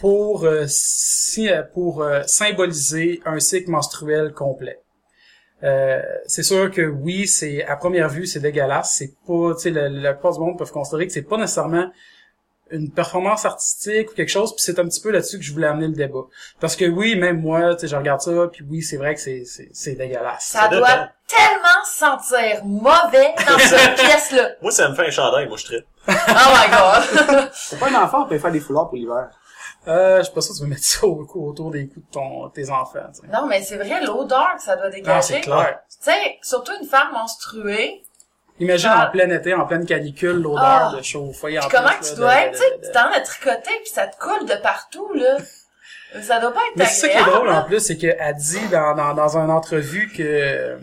E: pour euh, si- euh, pour euh, symboliser un cycle menstruel complet. Euh, c'est sûr que oui, c'est à première vue c'est dégueulasse, c'est pas, tu sais, la, la plupart du monde peuvent considérer que c'est pas nécessairement une performance artistique ou quelque chose, puis c'est un petit peu là-dessus que je voulais amener le débat. Parce que oui, même moi, tu sais, je regarde ça, puis oui, c'est vrai que c'est c'est c'est dégueulasse.
F: Ça
D: doit
F: doit
D: être-
F: tellement sentir mauvais dans
E: [laughs]
F: cette pièce-là.
D: Moi, ça me fait un chandail, moi, je traite.
F: Oh my god.
B: C'est pas un enfant, on peut faire des foulards pour l'hiver.
E: Euh, je suis pas sûr que tu veux mettre ça au cou autour des coups de ton, tes enfants, tu sais.
F: non, mais c'est vrai, l'odeur que ça doit
E: Non,
F: dégager.
E: c'est
F: Tu
E: clair.
F: sais, surtout une femme menstruée.
E: Imagine
F: Ah.
E: en plein été, en pleine canicule, l'odeur
F: Ah.
E: de chaud au foyer. en
F: Puis comment
E: plus,
F: que
E: là,
F: tu
E: de-
F: dois
E: de-
F: être, tu sais,
E: de-
F: tu t'en as tricoté puis ça te coule de partout, là. Ça doit pas être
E: Mais c'est ça qui est drôle hein.
F: agréable.
E: en plus, c'est qu'elle dit dans, dans, dans une entrevue que, euh,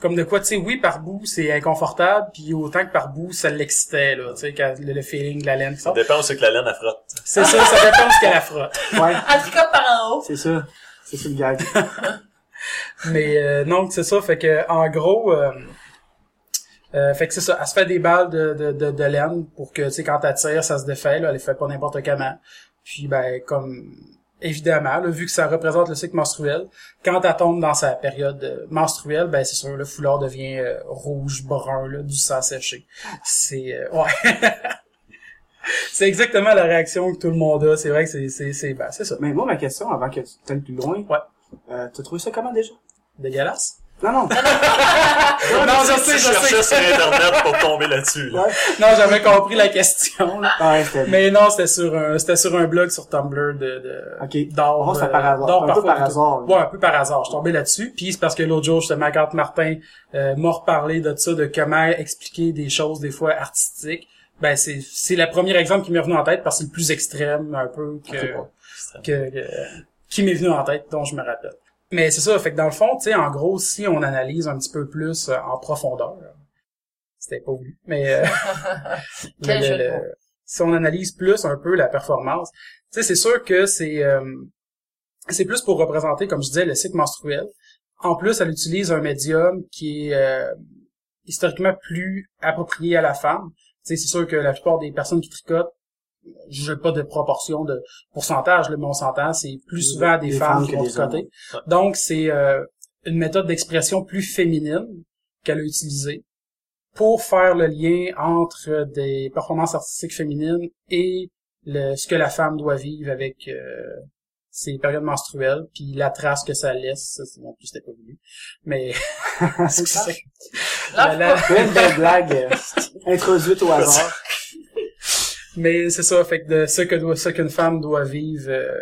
E: comme de quoi, tu sais, oui, par bout, c'est inconfortable, puis autant que par bout, ça l'excitait, là, tu sais, quand le, le feeling de la laine qui
D: Ça
E: sort.
D: dépend où c'est que la laine, elle frotte.
E: C'est ça, ça dépend de ce qu'elle la frotte.
B: Ouais,
F: Elle tricote hein. par en haut.
B: c'est ça. C'est ça le gag.
E: Mais euh, non, c'est ça, fait que, en gros, euh, euh, fait que c'est ça, elle se fait des balles de, de, de, de laine pour que, tu sais, quand elle tire, ça se défait, là, elle les fait pas n'importe comment. Puis, ben, comme, évidemment, là, vu que ça représente le cycle menstruel, quand elle tombe dans sa période euh, menstruelle, ben, c'est sûr, le foulard devient euh, rouge, brun, là, du sang séché. C'est, euh, ouais. [laughs] c'est exactement la réaction que tout le monde a, c'est vrai que c'est, c'est, c'est, ben, c'est ça,
B: Mais moi, ma question, avant que tu t'ailles plus loin.
E: Ouais.
B: Euh, t'as trouvé ça comment déjà?
E: dégueulasse.
B: Non, non.
E: Non, Ah, je sais,
D: Si je
E: je
D: cherchais sur
E: sais.
D: Internet pour tomber là-dessus, là.
B: Ouais.
E: Non, j'avais compris la question, là.
B: Ah Ouais, c'était
E: Mais non, c'était sur un, c'était sur un blog sur Tumblr de, de
B: Ok.
E: d'or.
B: Oh, c'est
E: euh,
B: par hasard.
E: d'or
B: Un peu
E: parfois
B: par
E: plutôt.
B: hasard, là.
E: Ouais, un peu par hasard. Je suis tombé là-dessus. Puis c'est parce que l'autre jour, justement, quand Martin euh, m'a reparlé de ça, de comment expliquer des choses des fois artistiques, ben c'est c'est le premier exemple qui m'est venu en tête parce que c'est le plus extrême un peu que
B: Ok, bon.
E: que, que- qui m'est venu en tête, dont je me rappelle. Mais c'est ça, fait que dans le fond, tu sais, en gros, si on analyse un petit peu plus euh, en profondeur, c'était pas voulu, mais euh,
F: [laughs]
E: le-
F: Quel
E: le-
F: jeu de
E: le-
F: mots.
E: si on analyse plus un peu la performance, tu sais, c'est sûr que c'est euh, c'est plus pour représenter, comme je disais, le cycle menstruel. En plus, elle utilise un médium qui est euh, historiquement plus approprié à la femme. Tu sais, c'est sûr que la plupart des personnes qui tricotent, je n'ai pas de proportion de pourcentage, le mon s'entend, c'est plus souvent des
B: Des
E: femmes,
B: femmes
E: qui
B: que
E: vont
B: des hommes.
E: tricoter. Donc, c'est euh, une méthode d'expression plus féminine qu'elle a utilisée pour faire le lien entre des performances artistiques féminines et le, ce que la femme doit vivre avec euh, ses périodes menstruelles, puis la trace que ça laisse, ça, c'est- non plus c'était pas voulu. Mais [laughs] excusez.
F: Là,
E: La- la-
B: Belle, belle blague euh, introduite au hasard.
E: mais c'est ça, fait que de ce que doit, ce qu'une femme doit vivre euh,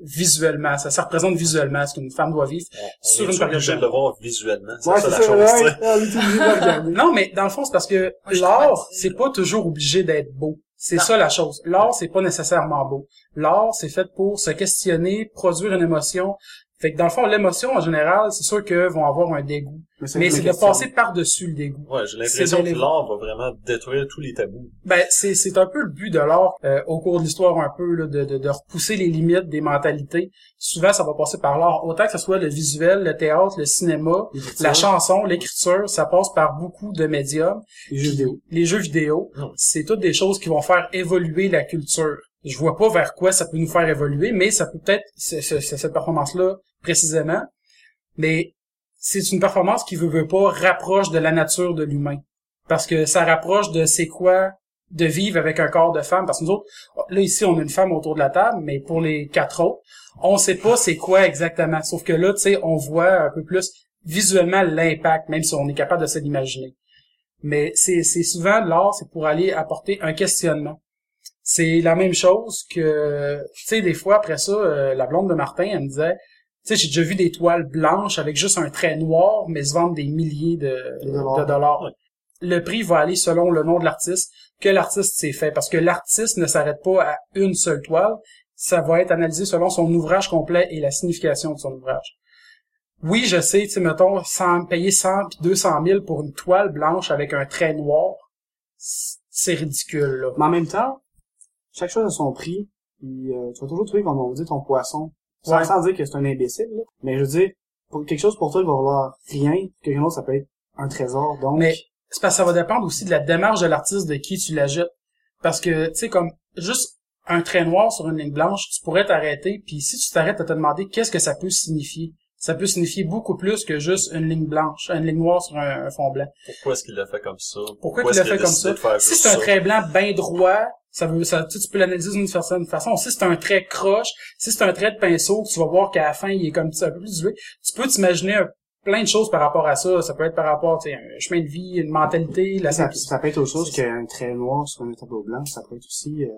E: visuellement, ça, ça représente visuellement ce qu'une femme doit vivre. Sur
D: On
E: une
D: est
E: période
D: obligé de
E: de-
D: le voir visuellement. C'est
B: Ouais,
D: ça
B: c'est
D: la
B: ça,
D: chose, tu sais.
B: ouais. Ah, oui, tu dis, regarde.
E: [laughs] Non, mais dans le fond, c'est parce que
F: Moi, je suis
E: l'art,
F: traumatisée,
E: c'est pas toujours obligé d'être beau. C'est
F: Non.
E: ça la chose. L'art, c'est pas nécessairement beau. l'art, c'est fait pour se questionner, produire une émotion. Fait que dans le fond, l'émotion, en général, c'est sûr qu'eux vont avoir un dégoût. Mais c'est de passer par-dessus le dégoût.
D: Ouais, j'ai
E: C'est
D: l'impression
E: bien
D: que l'art va vraiment détruire tous les tabous.
E: Ben, c'est, c'est un peu le but de l'art euh, au cours de l'histoire un peu, là, de, de, de repousser les limites des mentalités. Souvent, ça va passer par l'art. Autant que ce soit le visuel, le théâtre, le cinéma, la chanson, l'écriture, ça passe par beaucoup de médiums.
B: Les jeux vidéo.
E: Les jeux vidéo,
D: Non.
E: c'est toutes des choses qui vont faire évoluer la culture. Je vois pas vers quoi ça peut nous faire évoluer, mais ça peut peut-être, ce- ce- ce- cette performance-là, précisément, mais c'est une performance qui veut, veut pas rapproche de la nature de l'humain. Parce que ça rapproche de c'est quoi de vivre avec un corps de femme. Parce que nous autres, là ici, on a une femme autour de la table, mais pour les quatre autres, on sait pas c'est quoi exactement. Sauf que là, tu sais, on voit un peu plus visuellement l'impact, même si on est capable de se l'imaginer. Mais c'est, c'est souvent l'art, c'est pour aller apporter un questionnement. C'est la même chose que, tu sais, des fois après ça, euh, la blonde de Martin, elle me disait, tu sais, j'ai déjà vu des toiles blanches avec juste un trait noir, mais se vendent des milliers de,
B: De dollars.
E: de dollars.
D: Ouais.
E: Le prix va aller selon le nom de l'artiste, que l'artiste s'est fait, parce que l'artiste ne s'arrête pas à une seule toile, ça va être analysé selon son ouvrage complet et la signification de son ouvrage. Oui, je sais, tu sais, mettons, 100, payer 100 puis 200 000 pour une toile blanche avec un trait noir, c- c'est ridicule, là.
B: Mais en même temps, chaque chose a son prix. Puis, euh, tu vas toujours trouver, comme on dit, ton poisson. Sans,
E: Ouais.
B: sans dire que c'est un imbécile, là. Mais je veux dire, pour, quelque chose pour toi, il va vouloir rien. Quelqu'un d'autre, ça peut être un trésor. Donc,
E: Mais c'est parce que ça va dépendre aussi de la démarche de l'artiste de qui tu la jettes. Parce que, tu sais, comme juste un trait noir sur une ligne blanche, tu pourrais t'arrêter, puis si tu t'arrêtes à te demander qu'est-ce que ça peut signifier, ça peut signifier beaucoup plus que juste une ligne blanche, une ligne noire sur un- un fond blanc.
D: Pourquoi est-ce qu'il l'a fait comme ça?
E: Pourquoi,
D: est-ce
E: tu l'as
D: qu'il a
E: fait comme
D: décidé
E: ça?
D: de faire
E: Si
D: juste
E: c'est un
D: ça?
E: trait blanc bien droit, ça veut, ça, tu, tu peux l'analyser d'une certaine façon. Si c'est un trait croche, si c'est un trait de pinceau, tu vas voir qu'à la fin, il est comme ça, un peu plus dilué. Tu peux t'imaginer un- plein de choses par rapport à ça. Ça peut être par rapport, tu sais, un chemin de vie, une mentalité, la
B: ça,
E: simplicité.
B: ça peut être autre chose
E: c'est-
B: qu'un trait noir sur un tableau blanc. Ça peut être aussi euh,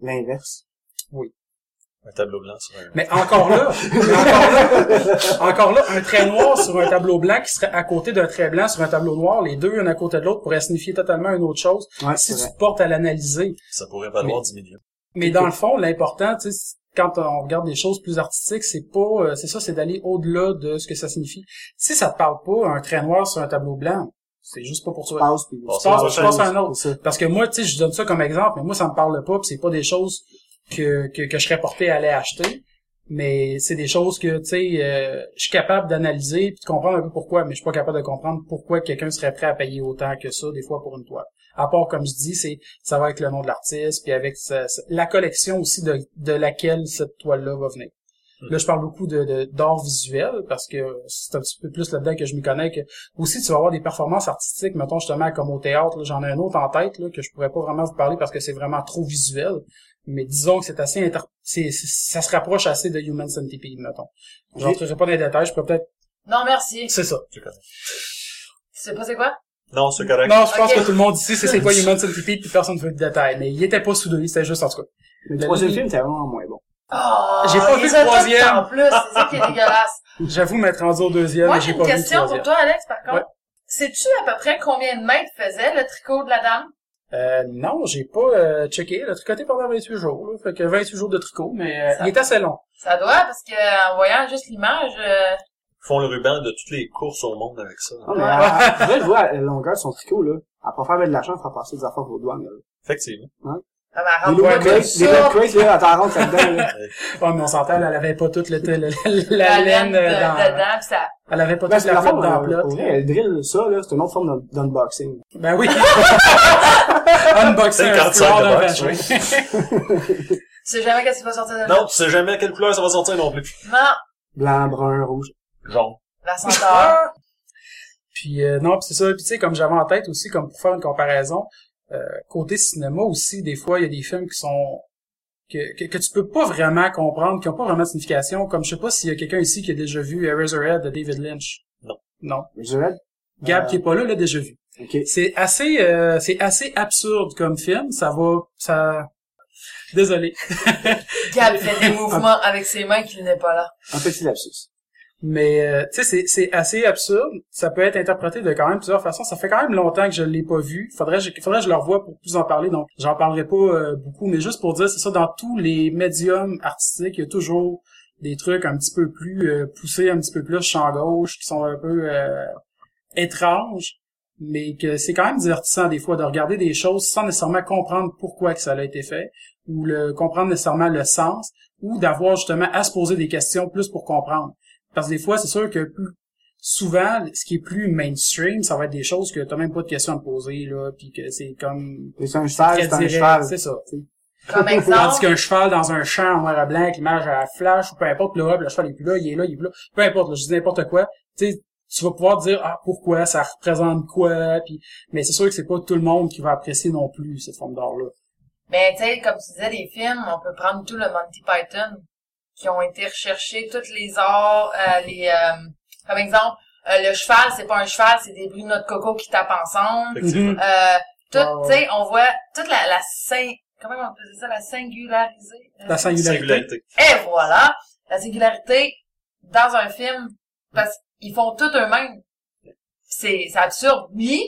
B: l'inverse.
D: Un tableau blanc sur un...
E: Mais encore là, mais encore là, encore là, un trait noir sur un tableau blanc qui serait à côté d'un trait blanc sur un tableau noir, les deux, un à côté de l'autre, pourraient signifier totalement une autre chose.
B: Ouais,
E: si
B: c'est
E: tu
B: vrai.
E: te portes à l'analyser,
D: Ça pourrait valoir 10 millions.
E: Mais dans le fond, l'important, tu sais, quand on regarde des choses plus artistiques, c'est pas, euh, c'est ça, c'est d'aller au-delà de ce que ça signifie. Si ça te parle pas, un trait noir sur un tableau blanc, c'est juste pas pour
B: Tu
E: toi.
B: passes, puis
D: Passe
B: tu
D: à
B: passes
D: autre
B: à autre
E: chose. à un autre.
B: C'est ça.
E: Parce que moi, tu sais, je donne ça comme exemple, mais moi, ça me parle pas, pis c'est pas des choses que, que, que je serais porté à aller acheter. Mais c'est des choses que, tu sais, euh, je suis capable d'analyser puis de comprendre un peu pourquoi, mais je suis pas capable de comprendre pourquoi quelqu'un serait prêt à payer autant que ça, des fois, pour une toile. À part, comme je dis, c'est ça va avec le nom de l'artiste, puis avec sa- sa- la collection aussi de, de laquelle cette toile-là va venir.
D: Hmm.
E: Là, je parle beaucoup de de- d'art visuel, parce que c'est un petit peu plus là-dedans que je m'y connais, que aussi tu vas avoir des performances artistiques, mettons justement comme au théâtre, là, j'en ai un autre en tête là, que je pourrais pas vraiment vous parler parce que c'est vraiment trop visuel, mais disons que c'est assez inter... c'est- c'est- ça se rapproche assez de Human Centipede, mettons. Je rentrerai pas dans les détails, je pourrais peut-être...
F: Non, merci. Tu
E: C'est ça.
D: C'est correct.
F: sais pas c'est quoi?
D: Non, c'est correct.
E: Non, je pense
F: Ok.
E: que tout le monde ici sait c'est quoi Human Centipede puis personne ne veut de détails, mais il était pas soudé, c'était juste en tout cas.
B: Mais le
E: La
B: troisième
E: ligne-
B: film, t'es vraiment moins bon.
F: Oh,
E: J'ai pas
F: il
E: vu
F: les
E: le
F: a tous
E: troisième.
F: En plus, c'est ça qui [laughs] est dégueulasse.
E: J'avoue m'être rendu au deuxième,
F: Moi,
E: mais
F: j'ai
E: j'ai
F: une
E: pas vu le
F: question
E: troisième.
F: pour toi, Alex, par contre.
E: Ouais.
F: Sais-tu à peu près combien de mètres faisait le tricot de la dame?
E: Euh, non, j'ai pas euh, checké, le tricoté pendant 28 jours, là, fait que 28 jours de tricot, mais euh,
F: Ça-
E: il est assez long.
F: Ça doit, parce que, euh, en voyant juste l'image, euh,
D: Ils font le ruban de toutes les courses au monde avec ça.
B: Non, Ah, mais à- à- je vois la longueur de son tricot, là. À pas faire avec de l'argent, faire passer des affaires aux douanes, là.
D: Effectivement.
F: elle va
B: Des
F: rendre
B: low
F: pas comme
B: crates, des low
F: Ah, ça.
B: crates, là, à ta ronde, ça dedans, là.
E: Ouais, mais on s'entend, elle avait pas toute le, le- le- la
F: La
E: laine
F: laine de-
E: euh, dans...
F: dedans, pis ça.
E: Elle avait pas
B: Ben,
E: toute
B: c'est
E: la
B: la
E: flotte
B: forme,
E: dans la
B: euh,
E: plate.
B: pour vrai, elle drill, ça, là, c'est une autre forme d'un- d'unboxing.
E: Ben oui. [laughs] Unboxing
D: C'est
E: un
D: 45
E: foulard
D: de
E: d'un
D: boxe,
E: vagin.
F: Tu sais jamais qu'est-ce qui va sortir de là.
D: Non, tu sais jamais à quelle couleur ça va sortir non plus.
F: Non,
B: Blanc, brun, rouge.
D: Jaune.
B: Mhm.
F: la
E: [laughs]
F: senteur.
E: Puis euh, non, puis c'est ça. Puis tu sais, comme j'avais en tête aussi, comme pour faire une comparaison, euh, côté cinéma aussi, des fois, il y a des films qui sont que, que, que tu peux pas vraiment comprendre, qui ont pas vraiment de signification. Comme je sais pas s'il y a quelqu'un ici qui a déjà vu Eraserhead de David Lynch.
D: Non.
E: Non.
B: Je dirais,
E: Gab
B: Euh,
E: qui est pas là l'a déjà vu.
B: ok.
E: C'est assez euh, c'est assez absurde comme film. Ça va ça. Désolé.
F: Gab fait des mouvements avec ses mains qu'il n'est pas là.
B: Un petit lapsus.
E: Mais euh, tu sais, c'est, c'est assez absurde. Ça peut être interprété de quand même plusieurs façons. Ça fait quand même longtemps que je l'ai pas vu. Faudrait, que je- faudrait que je le revoie pour plus en parler. Donc, j'en parlerai pas euh, beaucoup, mais juste pour dire, c'est ça. Dans tous les médiums artistiques, il y a toujours des trucs un petit peu plus euh, poussés, un petit peu plus champ gauche, qui sont un peu euh, étranges, mais que c'est quand même divertissant des fois de regarder des choses sans nécessairement comprendre pourquoi que ça a été fait ou le comprendre nécessairement le sens ou d'avoir justement à se poser des questions plus pour comprendre. Parce que des fois, c'est sûr que plus- souvent, ce qui est plus mainstream, ça va être des choses que t'as même pas de questions à me poser, là, puis que c'est comme...
B: C'est un cheval, c'est
E: très
B: un
E: direct,
B: cheval.
E: C'est ça. tu sais. [laughs]
F: Comme
E: Tandis
F: exemple,
E: qu'un cheval dans un champ en noir et blanc, avec l'image à la flash, ou peu importe, le hop, le cheval est plus là, il est là, il est plus là. Peu importe, là, je dis n'importe quoi. Tu sais, tu vas pouvoir dire, ah, pourquoi, ça représente quoi, puis... Mais c'est sûr que c'est pas tout le monde qui va apprécier non plus cette forme d'art-là.
F: mais Ben, tu sais, comme tu disais, des films, on peut prendre tout le Monty Python, qui ont été recherchés, toutes les arts, euh, les, euh, comme exemple, euh, le cheval, c'est pas un cheval, c'est des bruits de notre coco qui tapent ensemble.
D: Effectivement.
F: Euh, tout,
E: Ouais, ouais.
F: tu sais, on voit toute la, la sing- comment on peut dire ça, la singularisée.
E: La singularité.
D: Singularité.
F: Et voilà, la singularité dans un film, parce qu'ils font tout eux-mêmes. C'est, c'est absurde, oui,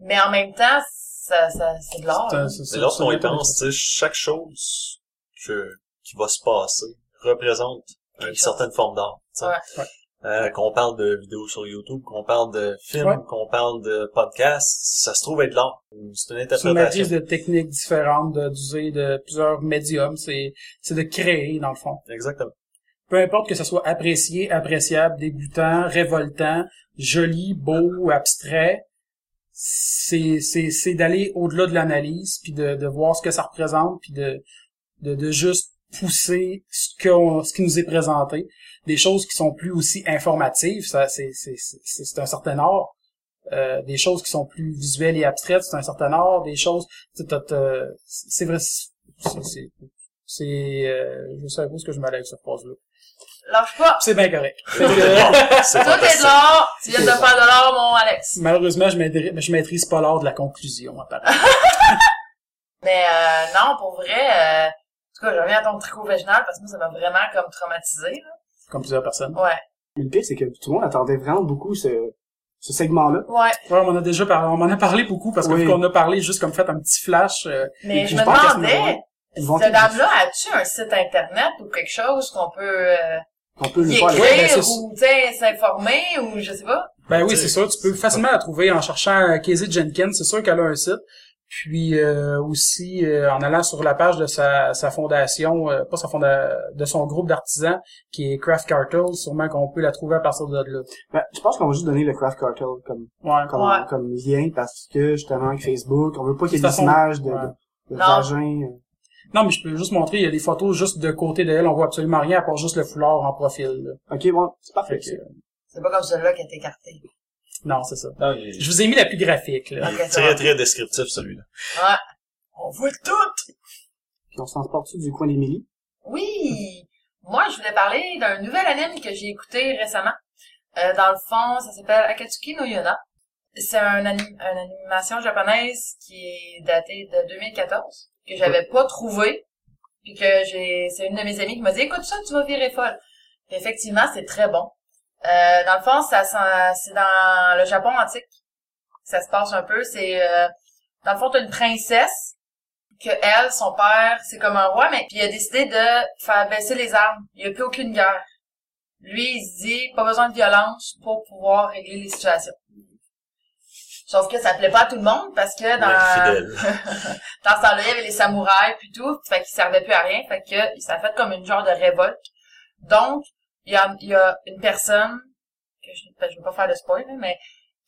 F: mais en même temps, ça, ça, c'est de l'art.
E: C'est- c'est-
D: Mais
E: c'est-
D: lorsqu'on
E: c'est-
D: y pense, tu sais, chaque chose que, qui va se passer représente une
F: Quelque
D: certaine forme d'art. tu sais.
F: Ouais.
E: Ouais.
D: Euh, qu'on parle de vidéos sur YouTube, qu'on parle de films,
E: Ouais.
D: qu'on parle de podcasts, ça se trouve être de l'art. C'est une
E: C'est une
D: interprétation.
E: matrice de techniques différentes, de- d'user de plusieurs médiums. C'est c'est de créer, dans le fond.
D: Exactement.
E: Peu importe que ce soit apprécié, appréciable, dégoûtant, révoltant, joli, beau, abstrait, c'est c'est- c'est d'aller au-delà de l'analyse, puis de, de voir ce que ça représente, puis de, de, de juste pousser ce, qu'on- ce qui nous est présenté. Des choses qui sont plus aussi informatives, ça c'est c'est- c'est- c'est- c'est un certain art. Euh, des choses qui sont plus visuelles et abstraites, c'est un certain art. Des choses... tu sais, t'as- t'as- C'est vrai... c'est- c'est- C'est... euh, je sais pas où est-ce que je m'allais avec cette phrase-là.
F: Lâche pas!
E: C'est bien correct.
D: C'est tout de l'art. C'est
F: Tout est de
D: fantastique.
F: l'art! Tu viens de faire de l'art, mon Alex.
E: Malheureusement, je maîtrise, je maîtrise pas l'art de la conclusion, apparemment.
F: Mais, euh, non, pour vrai, euh, en tout cas, je reviens à ton tricot vaginal parce que moi, ça m'a vraiment, comme, traumatisé, là.
E: Comme plusieurs personnes.
F: Ouais.
B: Mais le pire, c'est que tout le monde attendait vraiment beaucoup ce, ce segment-là.
F: Ouais.
E: Ouais, on en a déjà parlé, on m'en a parlé beaucoup parce que
B: Oui.
E: vu qu'on a parlé juste comme fait un petit flash. euh,
F: Mais
B: Et
F: je me
B: j'espère qu'à ce
F: demandais,
B: moment-là, ils vont
F: cette
B: être-
F: dame-là, as-tu un site internet ou quelque chose qu'on peut, euh,
B: On peut le
F: y
B: voir.
E: Ouais, ben,
F: écrire
E: c'est-
F: ou, tu sais, s'informer ou je sais pas?
E: ben oui,
D: Tu
E: c'est
D: sais,
E: sûr, tu peux facilement la trouver en cherchant euh, Casey Jenkins, c'est sûr qu'elle a un site. Puis euh, aussi euh, en allant sur la page de sa, sa fondation, euh, pas sa fondation, de son groupe d'artisans qui est Craft Cartel, sûrement qu'on peut la trouver à partir de là.
B: Ben, je pense qu'on va juste donner le Craft Cartel comme,
E: Ouais.
B: comme,
F: Ouais.
B: comme lien parce que justement avec Facebook, on veut pas qu'il y ait
E: De
B: des
E: toute façon,
B: images de,
E: ouais.
B: de, euh. de
F: Non.
B: vagin.
E: Non, mais je peux juste montrer, il y a des photos juste de côté d'elle, on voit absolument rien à part juste le foulard en profil. là.
B: Ok, bon, c'est
E: Fait
B: parfait.
E: que,
F: C'est pas comme celui-là qui est écarté.
E: Non, c'est ça.
D: Non, il est-
E: Je vous ai mis la plus graphique,
D: il
E: là.
D: est très, très descriptif, celui-là.
F: Ouais. On voit tout!
B: Puis on se transporte du coin d'Émilie.
F: Oui! Moi, je voulais parler d'un nouvel anime que j'ai écouté récemment. Euh, dans le fond, ça s'appelle Akatsuki no Yona. C'est un anime, une animation japonaise qui est datée de 2014, que j'avais pas trouvé, puis que j'ai, c'est une de mes amies qui m'a dit, écoute ça, tu vas virer folle. Puis effectivement, c'est très bon. Euh, dans le fond, ça, s'en- c'est dans le Japon antique. que Ça se passe un peu, c'est, euh, dans le fond, t'as une princesse que elle, son père, c'est comme un roi, mais puis il a décidé de faire baisser les armes. Il n'y a plus aucune guerre. Lui, il se dit, pas besoin de violence pour pouvoir régler les situations. Sauf que ça plaît pas à tout le monde parce que dans,
D: Fidèle.
F: dans ce temps-là, il y avait les samouraïs puis tout, fait qu'ils servaient plus à rien, fait que ça a fait comme une genre de révolte. Donc, il y a, il y a une personne, que je ne vais pas faire de spoil, là, mais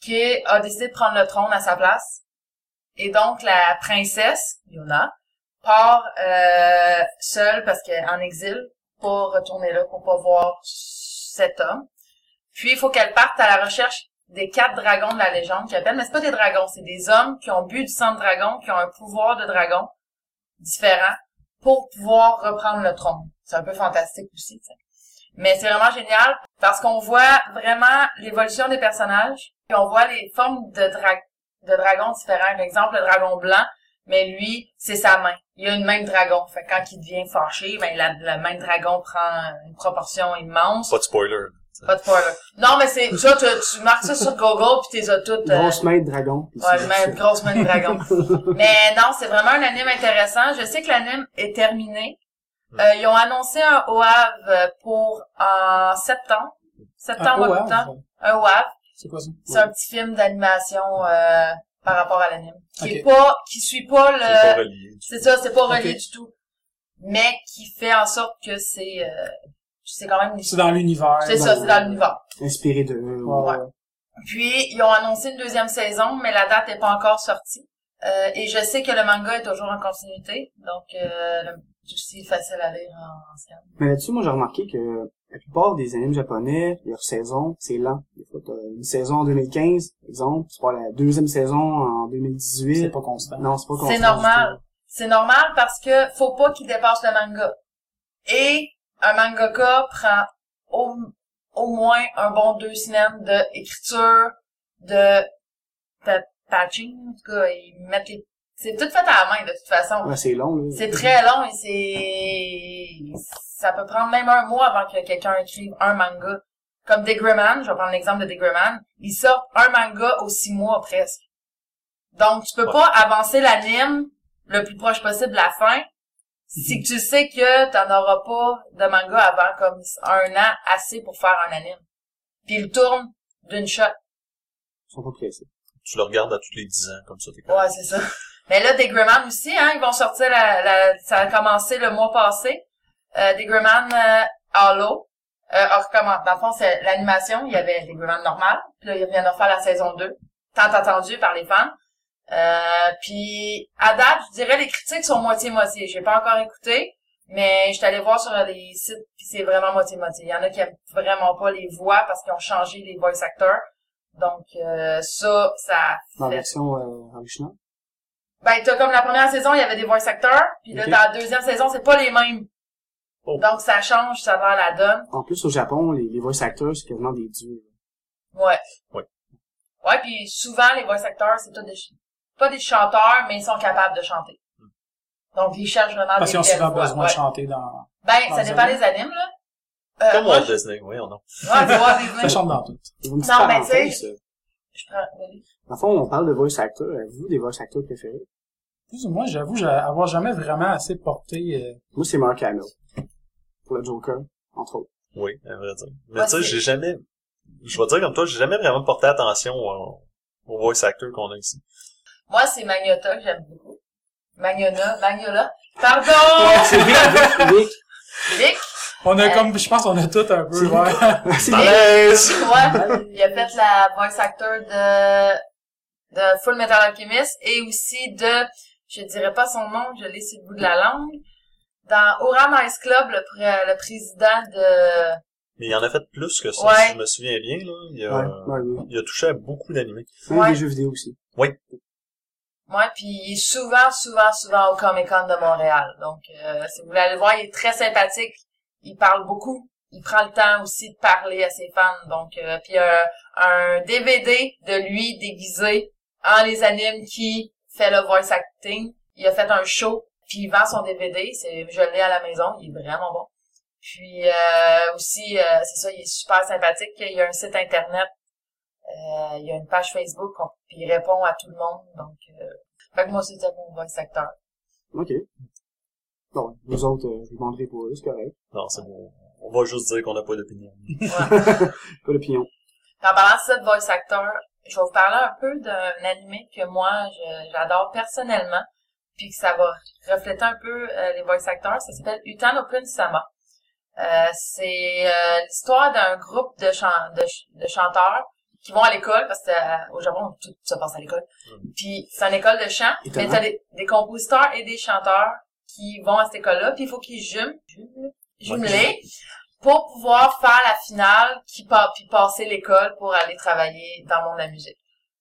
F: qui a décidé de prendre le trône à sa place. Et donc, la princesse, Yona, part euh, seule parce qu'elle est en exil pour retourner là, pour pas voir cet homme. Puis, il faut qu'elle parte à la recherche des quatre dragons de la légende qui appellent, mais c'est pas des dragons, c'est des hommes qui ont bu du sang de dragon, qui ont un pouvoir de dragon différent pour pouvoir reprendre le trône. C'est un peu fantastique aussi, tu sais. Mais c'est vraiment génial parce qu'on voit vraiment l'évolution des personnages, puis on voit les formes de, dra- de dragons différents. Par exemple, le dragon blanc, mais lui, c'est sa main. Il a une main de dragon. Fait que quand il devient fâché, ben la, la main de dragon prend une proportion immense.
D: Pas de spoiler.
F: Pas de spoiler. Non, mais c'est, ça, tu, tu marques ça sur Google pis t'es as toutes, euh,
B: Grosse main de dragon. pis
F: Ouais,
B: c'est-
F: mais une grosse main de dragon. mais non, c'est vraiment un anime intéressant. Je sais que l'anime est terminé. Euh, ils ont annoncé un OAV euh, pour en septembre. Septembre,
E: Ah, oh, wow.
F: octobre. Un OAV.
E: C'est quoi ça?
F: C'est un petit film d'animation euh, par rapport à l'anime. Qui est
E: Ok.
F: pas, qui suit pas le...
D: C'est pas relié.
F: C'est ça, c'est pas relié
E: Ok.
F: du tout. Mais qui fait en sorte que c'est... euh, c'est quand même...
E: C'est dans l'univers.
F: C'est
E: dans-
F: ça, c'est dans l'univers.
B: Inspiré de...
E: Ouais.
F: Puis, ils ont annoncé une deuxième saison, mais la date n'est pas encore sortie. Euh, et je sais que le manga est toujours en continuité, donc euh, le- c'est aussi facile à lire en, en scan.
B: Mais là-dessus, moi, j'ai remarqué que la plupart des animes japonais, leur saison, c'est lent. Des fois, t'as une saison en 2015, exemple, tu prends la deuxième saison en 2018.
E: C'est pas constant.
B: Non, c'est pas constant.
F: C'est normal. C'est normal parce que faut pas qu'il dépasse le manga. Et un mangaka prend au, au moins un bon deux semaines d'écriture, de pa- patching, en tout cas, ils mettent les... C'est tout fait à la main, de toute façon.
B: Ouais, c'est long, là.
F: C'est très long et c'est... Ça peut prendre même un mois avant que quelqu'un écrive un manga. Comme Degreman, je vais prendre l'exemple de Degreman, il sort un manga au six mois presque. Donc, tu peux
D: Ouais.
F: pas avancer l'anime le plus proche possible de la fin si tu sais que t'en auras pas de manga avant comme un an assez pour faire un anime. Puis il tourne d'une shot.
B: Ils sont pas pressés.
D: Tu le regardes à tous les 10 ans, comme ça, t'es comme...
F: Ouais, c'est ça. [laughs] Mais là, des Greyman aussi, hein, ils vont sortir la, la- ça a commencé le mois passé. Euh, des Greyman euh, Hollow. Euh, on recommence. Dans le fond, c'est l'animation. Il y avait des Greyman normal. Puis là, ils viennent de refaire la saison 2. Tant attendu par les fans. Euh, puis, à date, je dirais, les critiques sont moitié-moitié. J'ai pas encore écouté. Mais je suis allée voir sur les sites, puis c'est vraiment moitié-moitié. Il y en a qui aiment vraiment pas les voix parce qu'ils ont changé les voice actors. Donc, euh, ça, ça
B: Dans la
F: fait
B: version euh, originale.
F: ben, t'as comme la première saison, il y avait des voice actors, puis là,
B: Ok.
F: dans la deuxième saison, c'est pas les mêmes.
D: Oh.
F: Donc, ça change, ça va à la donne.
B: En plus, au Japon, les, les voice actors, c'est quasiment des dieux.
F: Ouais.
D: Ouais.
F: Ouais, puis souvent, les voice actors, c'est tous des, ch- pas des chanteurs, mais ils sont capables de chanter. Donc, ils cherchent vraiment
E: Hmm. Parce
F: des
E: qu'ils ont souvent
F: belles voix,
E: besoin
F: Ah, ouais.
E: de chanter dans...
F: Ben, ça
E: dans
F: dépend
E: les
F: des animes, là. Euh,
D: Comme
F: moi,
D: Walt
F: je...
D: Disney, oui, on a.
F: Ouais, tu vois, Disney.
E: [laughs] Ça chante dans tout.
B: Ils ont une petite
F: Non, mais
B: parenthèse,
F: tu
B: euh.
F: Je prends-
B: Dans le fond, on parle de voice actors. Avez-vous des voice actors préférés?
E: Plus ou moins, j'avoue, j'ai- avoir jamais vraiment assez porté... euh,
B: Moi, c'est Mark Hamill. Pour le Joker, entre autres.
D: Oui, à vrai dire. Mais
F: Ouais,
D: tu sais,
F: c'est-
D: j'ai jamais... Je vais dire comme toi, j'ai jamais vraiment porté attention au, au voice actor qu'on a ici.
F: Moi, c'est Magnota que j'aime beaucoup. Magnona, Magnola. Pardon!
B: C'est Vic, Vic, Vic.
F: Vic,
E: On a
F: Euh,
E: comme... Je pense qu'on a tout un peu... Ouais.
D: Malaise!
F: [laughs] Ouais, il a fait la voice actor de, de Full Metal Alchemist et aussi de, je dirais pas son nom, je l'ai sur le bout de la langue, dans Oram Ice Club, le, pré- le président de...
D: Mais il en a fait plus que ça,
F: Ouais.
D: si je me souviens bien, là. Il a,
B: Ouais, ouais, oui.
D: il a touché à beaucoup d'animés.
B: Même
F: Ouais.
B: des jeux vidéo aussi.
F: Ouais, puis il est souvent, souvent, souvent au Comic-Con de Montréal. Donc, euh, si vous voulez aller le voir, il est très sympathique, il parle beaucoup, il prend le temps aussi de parler à ses fans. Donc, euh, puis euh, un DVD de lui déguisé en les animes qui fait le voice acting. Il a fait un show, puis il vend son DVD. C'est, je l'ai à la maison, il est vraiment bon. Puis euh, aussi, euh, c'est ça, il est super sympathique. Il y a un site internet, euh, il y a une page Facebook, on- puis il répond à tout le monde. Donc, euh, fait que moi, c'était mon voice acteur.
B: OK. Bon, vous autres, euh, je vous demanderai pour eux, c'est correct.
D: Non, c'est bon. On va juste dire qu'on n'a pas d'opinion.
B: Pas d'opinion.
F: En parlant de ça de voice actor, je vais vous parler un peu d'un animé que moi, je- j'adore personnellement, puis que ça va refléter un peu euh, les voice actors. Ça s'appelle Utan no Sama. Euh, c'est euh, l'histoire d'un groupe de, chan- de, ch- de chanteurs qui vont à l'école, parce que euh, au Japon, tout se passe à l'école. Puis c'est une école de chant, mais
B: Étonnant.
F: t'as des, des compositeurs et des chanteurs qui vont à cette école-là, puis il faut qu'ils jument, jumelent, jumeler, pour pouvoir faire la finale, qui pa- puis passer l'école pour aller travailler dans le monde de la musique.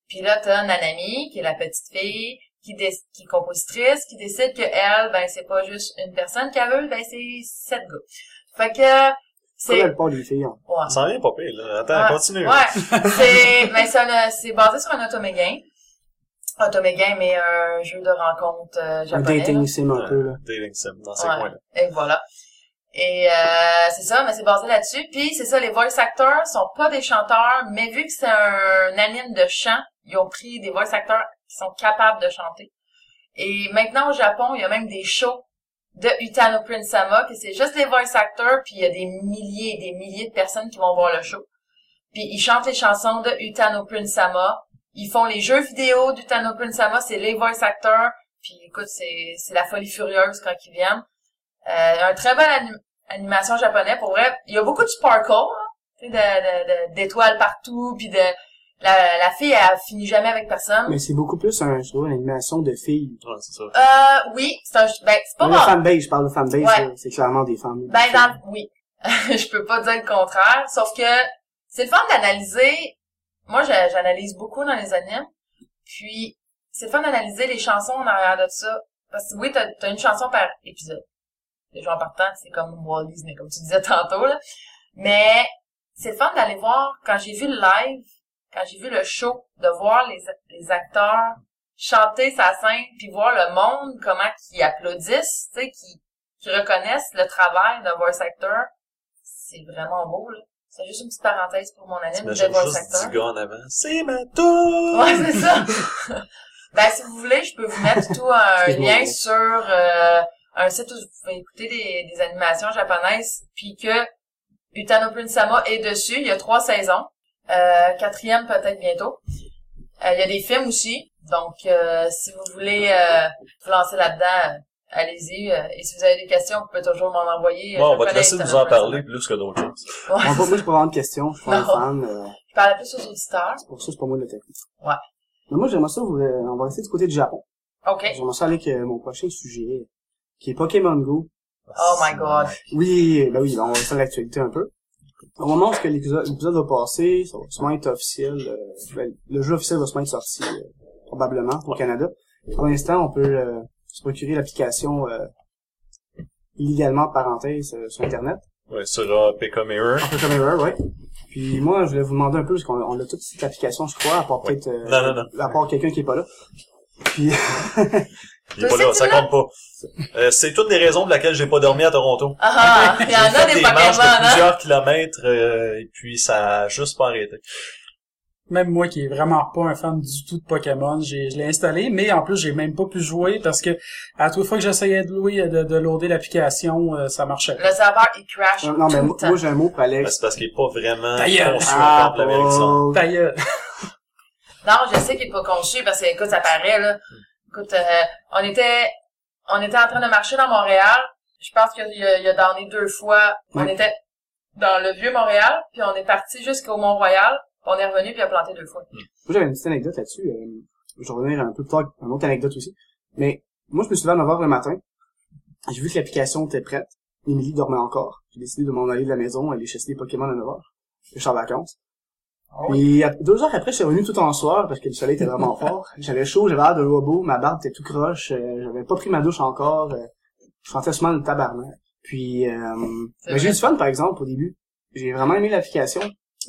F: Puis là, t'as Nanami, qui est la petite fille, qui, dé- qui est compositrice, qui décide que elle, ben, c'est pas juste une personne qu'elle veut, ben, c'est sept gars. Fait que,
B: Pas
F: c'est,
B: la plupart des filles. hein.
F: ouais.
D: Ça s'en vient pas pire, là. Attends,
F: Ouais.
D: continue.
F: Ouais. c'est, mais ça, là, c'est basé sur un automégain. Automégain, mais un jeu de rencontre euh,
B: Un
F: japonais.
B: dating sim un peu, là.
D: Dating sim, dans ces
F: Ouais.
D: coins-là.
F: là. Et voilà. Et euh, c'est ça, mais c'est basé là-dessus. Puis c'est ça, les voice actors sont pas des chanteurs, mais vu que c'est un anime de chant, ils ont pris des voice actors qui sont capables de chanter. Et maintenant au Japon, il y a même des shows de Utano Prince Sama, que c'est juste les voice actors, puis il y a des milliers et des milliers de personnes qui vont voir le show. Puis ils chantent les chansons de Utano Prince Sama, ils font les jeux vidéo d'Utano Prince Sama, c'est les voice actors, puis écoute, c'est c'est la folie furieuse quand ils viennent. Euh, un très bel anime animation japonais, pour vrai, il y a beaucoup de sparkle, hein, tu sais, de- de- de- d'étoiles partout, puis de la, la fille, elle finit jamais avec personne.
B: Mais c'est beaucoup plus, un, je trouve, une animation de filles.
D: Ouais, c'est ça.
F: Euh, oui, c'est un, ben, c'est pas
B: Pas le
F: mal.
B: fanbase, je parle de fanbase,
F: Ouais.
B: là, c'est clairement des femmes.
F: Ben, dans, le- oui. [laughs] je peux pas dire le contraire, sauf que c'est le fun d'analyser. Moi, j'a- j'analyse beaucoup dans les animes. Puis, c'est le fun d'analyser les chansons en arrière de ça. Parce que oui, t'as t'as une chanson par épisode. Déjà, en partant, c'est comme Wallis, mais comme tu disais tantôt, là. Mais, c'est le fun d'aller voir, quand j'ai vu le live, quand j'ai vu le show, de voir les, les acteurs chanter sa scène, puis voir le monde, comment qu'ils applaudissent, tu sais, qui, qui reconnaissent le travail d'un voice actor, c'est vraiment beau, là. C'est juste une petite parenthèse pour mon anime de
D: T'imagines
F: voice
D: juste
F: actor.
D: du gars en avant. C'est ma tour!
F: Ouais, c'est ça. [laughs] ben, si vous voulez, je peux vous mettre tout un
B: Excuse-moi.
F: lien sur euh, un site où vous pouvez écouter des, des animations japonaises, puis que Utano Prince-sama est dessus. Il y a trois saisons. Euh, quatrième peut-être bientôt. Euh, il y a des films aussi. Donc, euh, si vous voulez euh, vous lancer là-dedans, euh, allez-y. Euh, et si vous avez des questions, vous pouvez toujours m'en envoyer. euh,
D: Bon,
F: Je
D: on va te
F: connais
D: laisser
F: Utano
D: nous en
F: Prince-sama.
D: parler plus que d'autres choses.
F: Ouais,
B: Bon, pas, moi, je peux avoir une question, je suis pas un
F: [laughs] Non.
B: fan, euh,
F: je parle plus aux auditeurs.
B: pour ça, c'est pas moi le technique.
F: Ouais.
B: Mais moi, j'aimerais ça, vous, euh, on va rester du côté du Japon.
F: OK.
B: J'aimerais ça aller avec euh, mon prochain sujet, qui est Pokémon Go.
F: Oh my God.
B: Oui, ben oui, ben on va rester à l'actualité un peu. Au moment où ce que l'épisode l'épisode va passer, ça va sûrement être officiel, euh, ben, le jeu officiel va sûrement être sorti, euh, probablement, au Canada. Pour l'instant, on peut euh, se procurer l'application euh, illégalement, parenthèse, euh, sur Internet.
D: Ouais, sur euh, Pekka Mirror.
B: Un peu comme erreur, ouais. Puis moi, je voulais vous demander un peu, parce qu'on on a toute cette application, je crois, à part
D: Ouais.
B: peut-être... euh,
D: Non, non,
B: À part quelqu'un qui est pas là. Puis...
D: Il est
F: Toi
D: pas là,
F: aussi,
D: ça
F: tu
D: compte pas. Euh, c'est une des raisons pour laquelle j'ai pas dormi à Toronto.
F: Ah, ah, il y en
D: J'ai
F: a
D: fait
F: des
D: marches
F: Pokémon,
D: de
F: hein?
D: plusieurs kilomètres, euh, et puis ça a juste pas arrêté.
E: [laughs] Même moi qui est vraiment pas un fan du tout de Pokémon, j'ai, je l'ai installé, mais en plus j'ai même pas pu jouer parce que à toute fois que j'essayais de louer, de, de loader l'application, euh, ça marchait. pas.
F: Le serveur, il crash
B: non, non,
F: tout
B: mais
F: le
B: moi,
F: temps.
B: moi, j'ai un mot pour
D: Ben,
B: Alex.
D: c'est parce qu'il est pas vraiment
E: Ta gueule.
D: conçu encore pour la
B: Ah,
D: vérification.
B: Paul.
E: Ta gueule.
F: Non, je sais qu'il est pas conçu parce que, écoute, ça paraît, là. Écoute, euh, on était, on était en train de marcher dans Montréal. Je pense qu'il a, il a donné deux fois. On
B: Ouais.
F: était dans le vieux Montréal, puis on est parti jusqu'au Mont-Royal. puis On est revenu puis il a planté deux fois.
B: Ah, Moi, j'avais une petite anecdote là-dessus. euh, je revenais un peu plus tard, une autre anecdote aussi. Mais moi, je me suis levé à 9h le matin. J'ai vu que l'application était prête. Émilie dormait encore. J'ai décidé de m'en aller de la maison, aller chasser des Pokémon à 9h. Je suis en vacances.
F: Ah
B: Et à- deux heures après, je suis revenu tout en soir parce que le soleil
F: [laughs]
B: était vraiment fort. J'avais chaud, j'avais l'air de robot, ma barbe était tout croche, euh, j'avais pas pris ma douche encore. euh, je sentais seulement le tabarnak. Puis, euh,
F: C'est
B: ben, j'ai eu
F: vrai.
B: du fun, par exemple, au début. J'ai vraiment aimé l'application.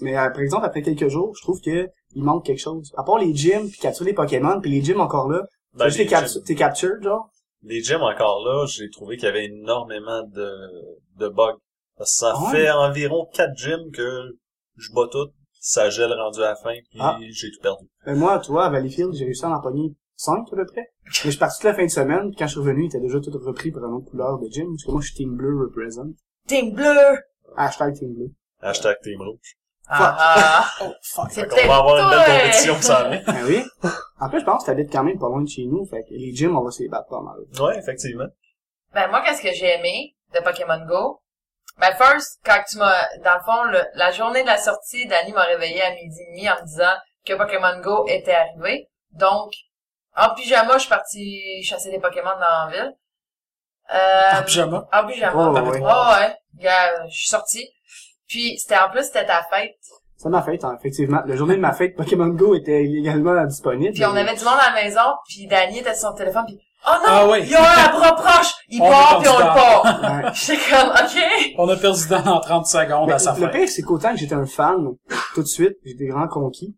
B: Mais, euh, par exemple, après quelques jours, je trouve que il manque quelque chose. À part les gyms, puis capturer les Pokémon, puis les gyms encore là.
D: Ben,
B: juste les
D: les,
B: captu-
D: gyms,
B: t'es captured, genre.
D: les gyms encore là, j'ai trouvé qu'il y avait énormément de, de bugs. Parce que ça
B: Ah ouais?
D: fait environ 4 gyms que je bats tout, ça gèle rendu à la fin, puis
B: Ah.
D: j'ai tout perdu.
B: Ben, moi, tu vois, à Valleyfield, j'ai réussi à en pogner 5 à peu près. Mais je suis parti toute la fin de semaine, puis quand je suis revenu, il était déjà tout repris pour une autre couleur de gym. Parce que moi, je suis team bleu represent.
F: Team bleu!
B: Hashtag team bleu.
D: Hashtag Team Rouge.
F: Ah, ah.
D: Fait
F: C'est
D: qu'on va avoir une belle
F: toi. hein?
D: compétition,
F: [laughs]
D: ça va.
B: Ben oui. En plus, je pense que t'habites quand même pas loin de chez nous. Fait que les gyms, on va se les battre pas mal.
D: Ouais, effectivement.
F: Ben, moi, qu'est-ce que j'ai aimé de Pokémon Go? Ben, first, quand tu m'as, dans le fond, le- la journée de la sortie, Danny m'a réveillé à midi et demi en me disant que Pokémon Go était arrivé. Donc, en pyjama, je suis partie chasser des Pokémon dans la ville. Euh,
E: En [laughs] pyjama.
F: en pyjama.
B: Oh,
F: Ah,
B: ouais.
F: ouais. Gars, je suis sortie. Puis, c'était, en plus, c'était ta fête.
B: C'est ma fête, hein, effectivement. La journée de ma fête, Pokémon Go était illégalement disponible.
F: Puis, on
B: Mais-
F: avait du monde à la maison, puis Danny était sur son téléphone, puis, oh non!
E: Ah oui.
F: Il y a un à bras proche! Il
E: On
F: part,
E: est
F: puis on le
E: parti
F: part!
B: Ouais.
F: [laughs] J'étais comme, ok!
E: On a perdu dans dans 30 secondes
B: Mais
E: à sa
B: le
E: fin.
B: pire, c'est qu'autant que j'étais un fan, tout de suite, j'étais grand conquis.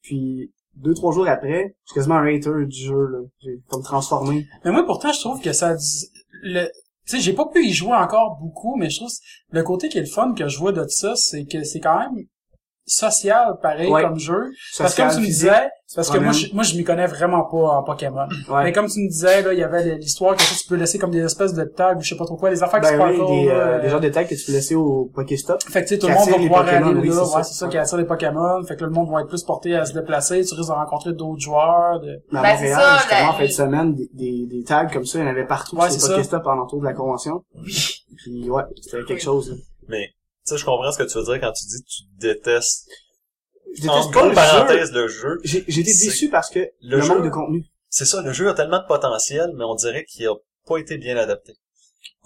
B: Puis, deux, trois jours après, je suis quasiment un hater du jeu, là. J'ai comme transformé.
E: Mais moi pourtant je trouve que ça dis- le tu sais, j'ai pas pu y jouer encore beaucoup, mais je trouve que le côté qui est le fun que je vois de ça, c'est que c'est quand même social, pareil,
B: Ouais.
E: comme jeu. Parce que
B: Social,
E: comme tu me
B: physique,
E: disais, parce que
B: promènes.
E: moi, je, moi, je m'y connais vraiment pas en Pokémon.
B: Ouais.
E: Mais comme tu me disais, là, il y avait l'histoire que tu peux laisser comme des espèces de tags ou je sais pas trop quoi, des affaires qui se
B: Ben
E: passent
B: oui,
E: pas
B: des,
E: encore,
B: euh,
E: là,
B: des
E: euh,
B: genres de tags que tu peux laisser au Pokéstop.
E: fait que tu sais, tout le
B: qui
E: monde va
B: attirent les
E: pouvoir
B: Pokémon,
E: aller
B: oui,
E: là,
B: c'est ça.
E: ouais, c'est ça qui attire les Pokémon, fait que là, le monde va être plus porté à se déplacer, tu risques de rencontrer d'autres joueurs, de...
B: Mais à
F: Ben, c'est
B: Montréal,
F: ça,
B: justement,
F: la-
B: en fin de semaine, des, des, des tags comme ça, il y en avait partout
E: Ouais, c'est
B: sur
E: ça.
B: le Pokéstop en entour de la convention. Puis ouais, c'était quelque chose. là.
D: Mais, tu sais, je comprends ce que tu veux dire quand tu dis que tu détestes.
B: Je déteste
D: En
B: pas
D: une
B: le jeu.
D: parenthèse, le jeu.
B: J'ai j'ai été
D: C'est-
B: déçu parce que
D: le
B: le,
D: jeu-
B: manque de contenu.
D: C'est ça, le jeu a tellement de potentiel, mais on dirait qu'il a pas été bien adapté.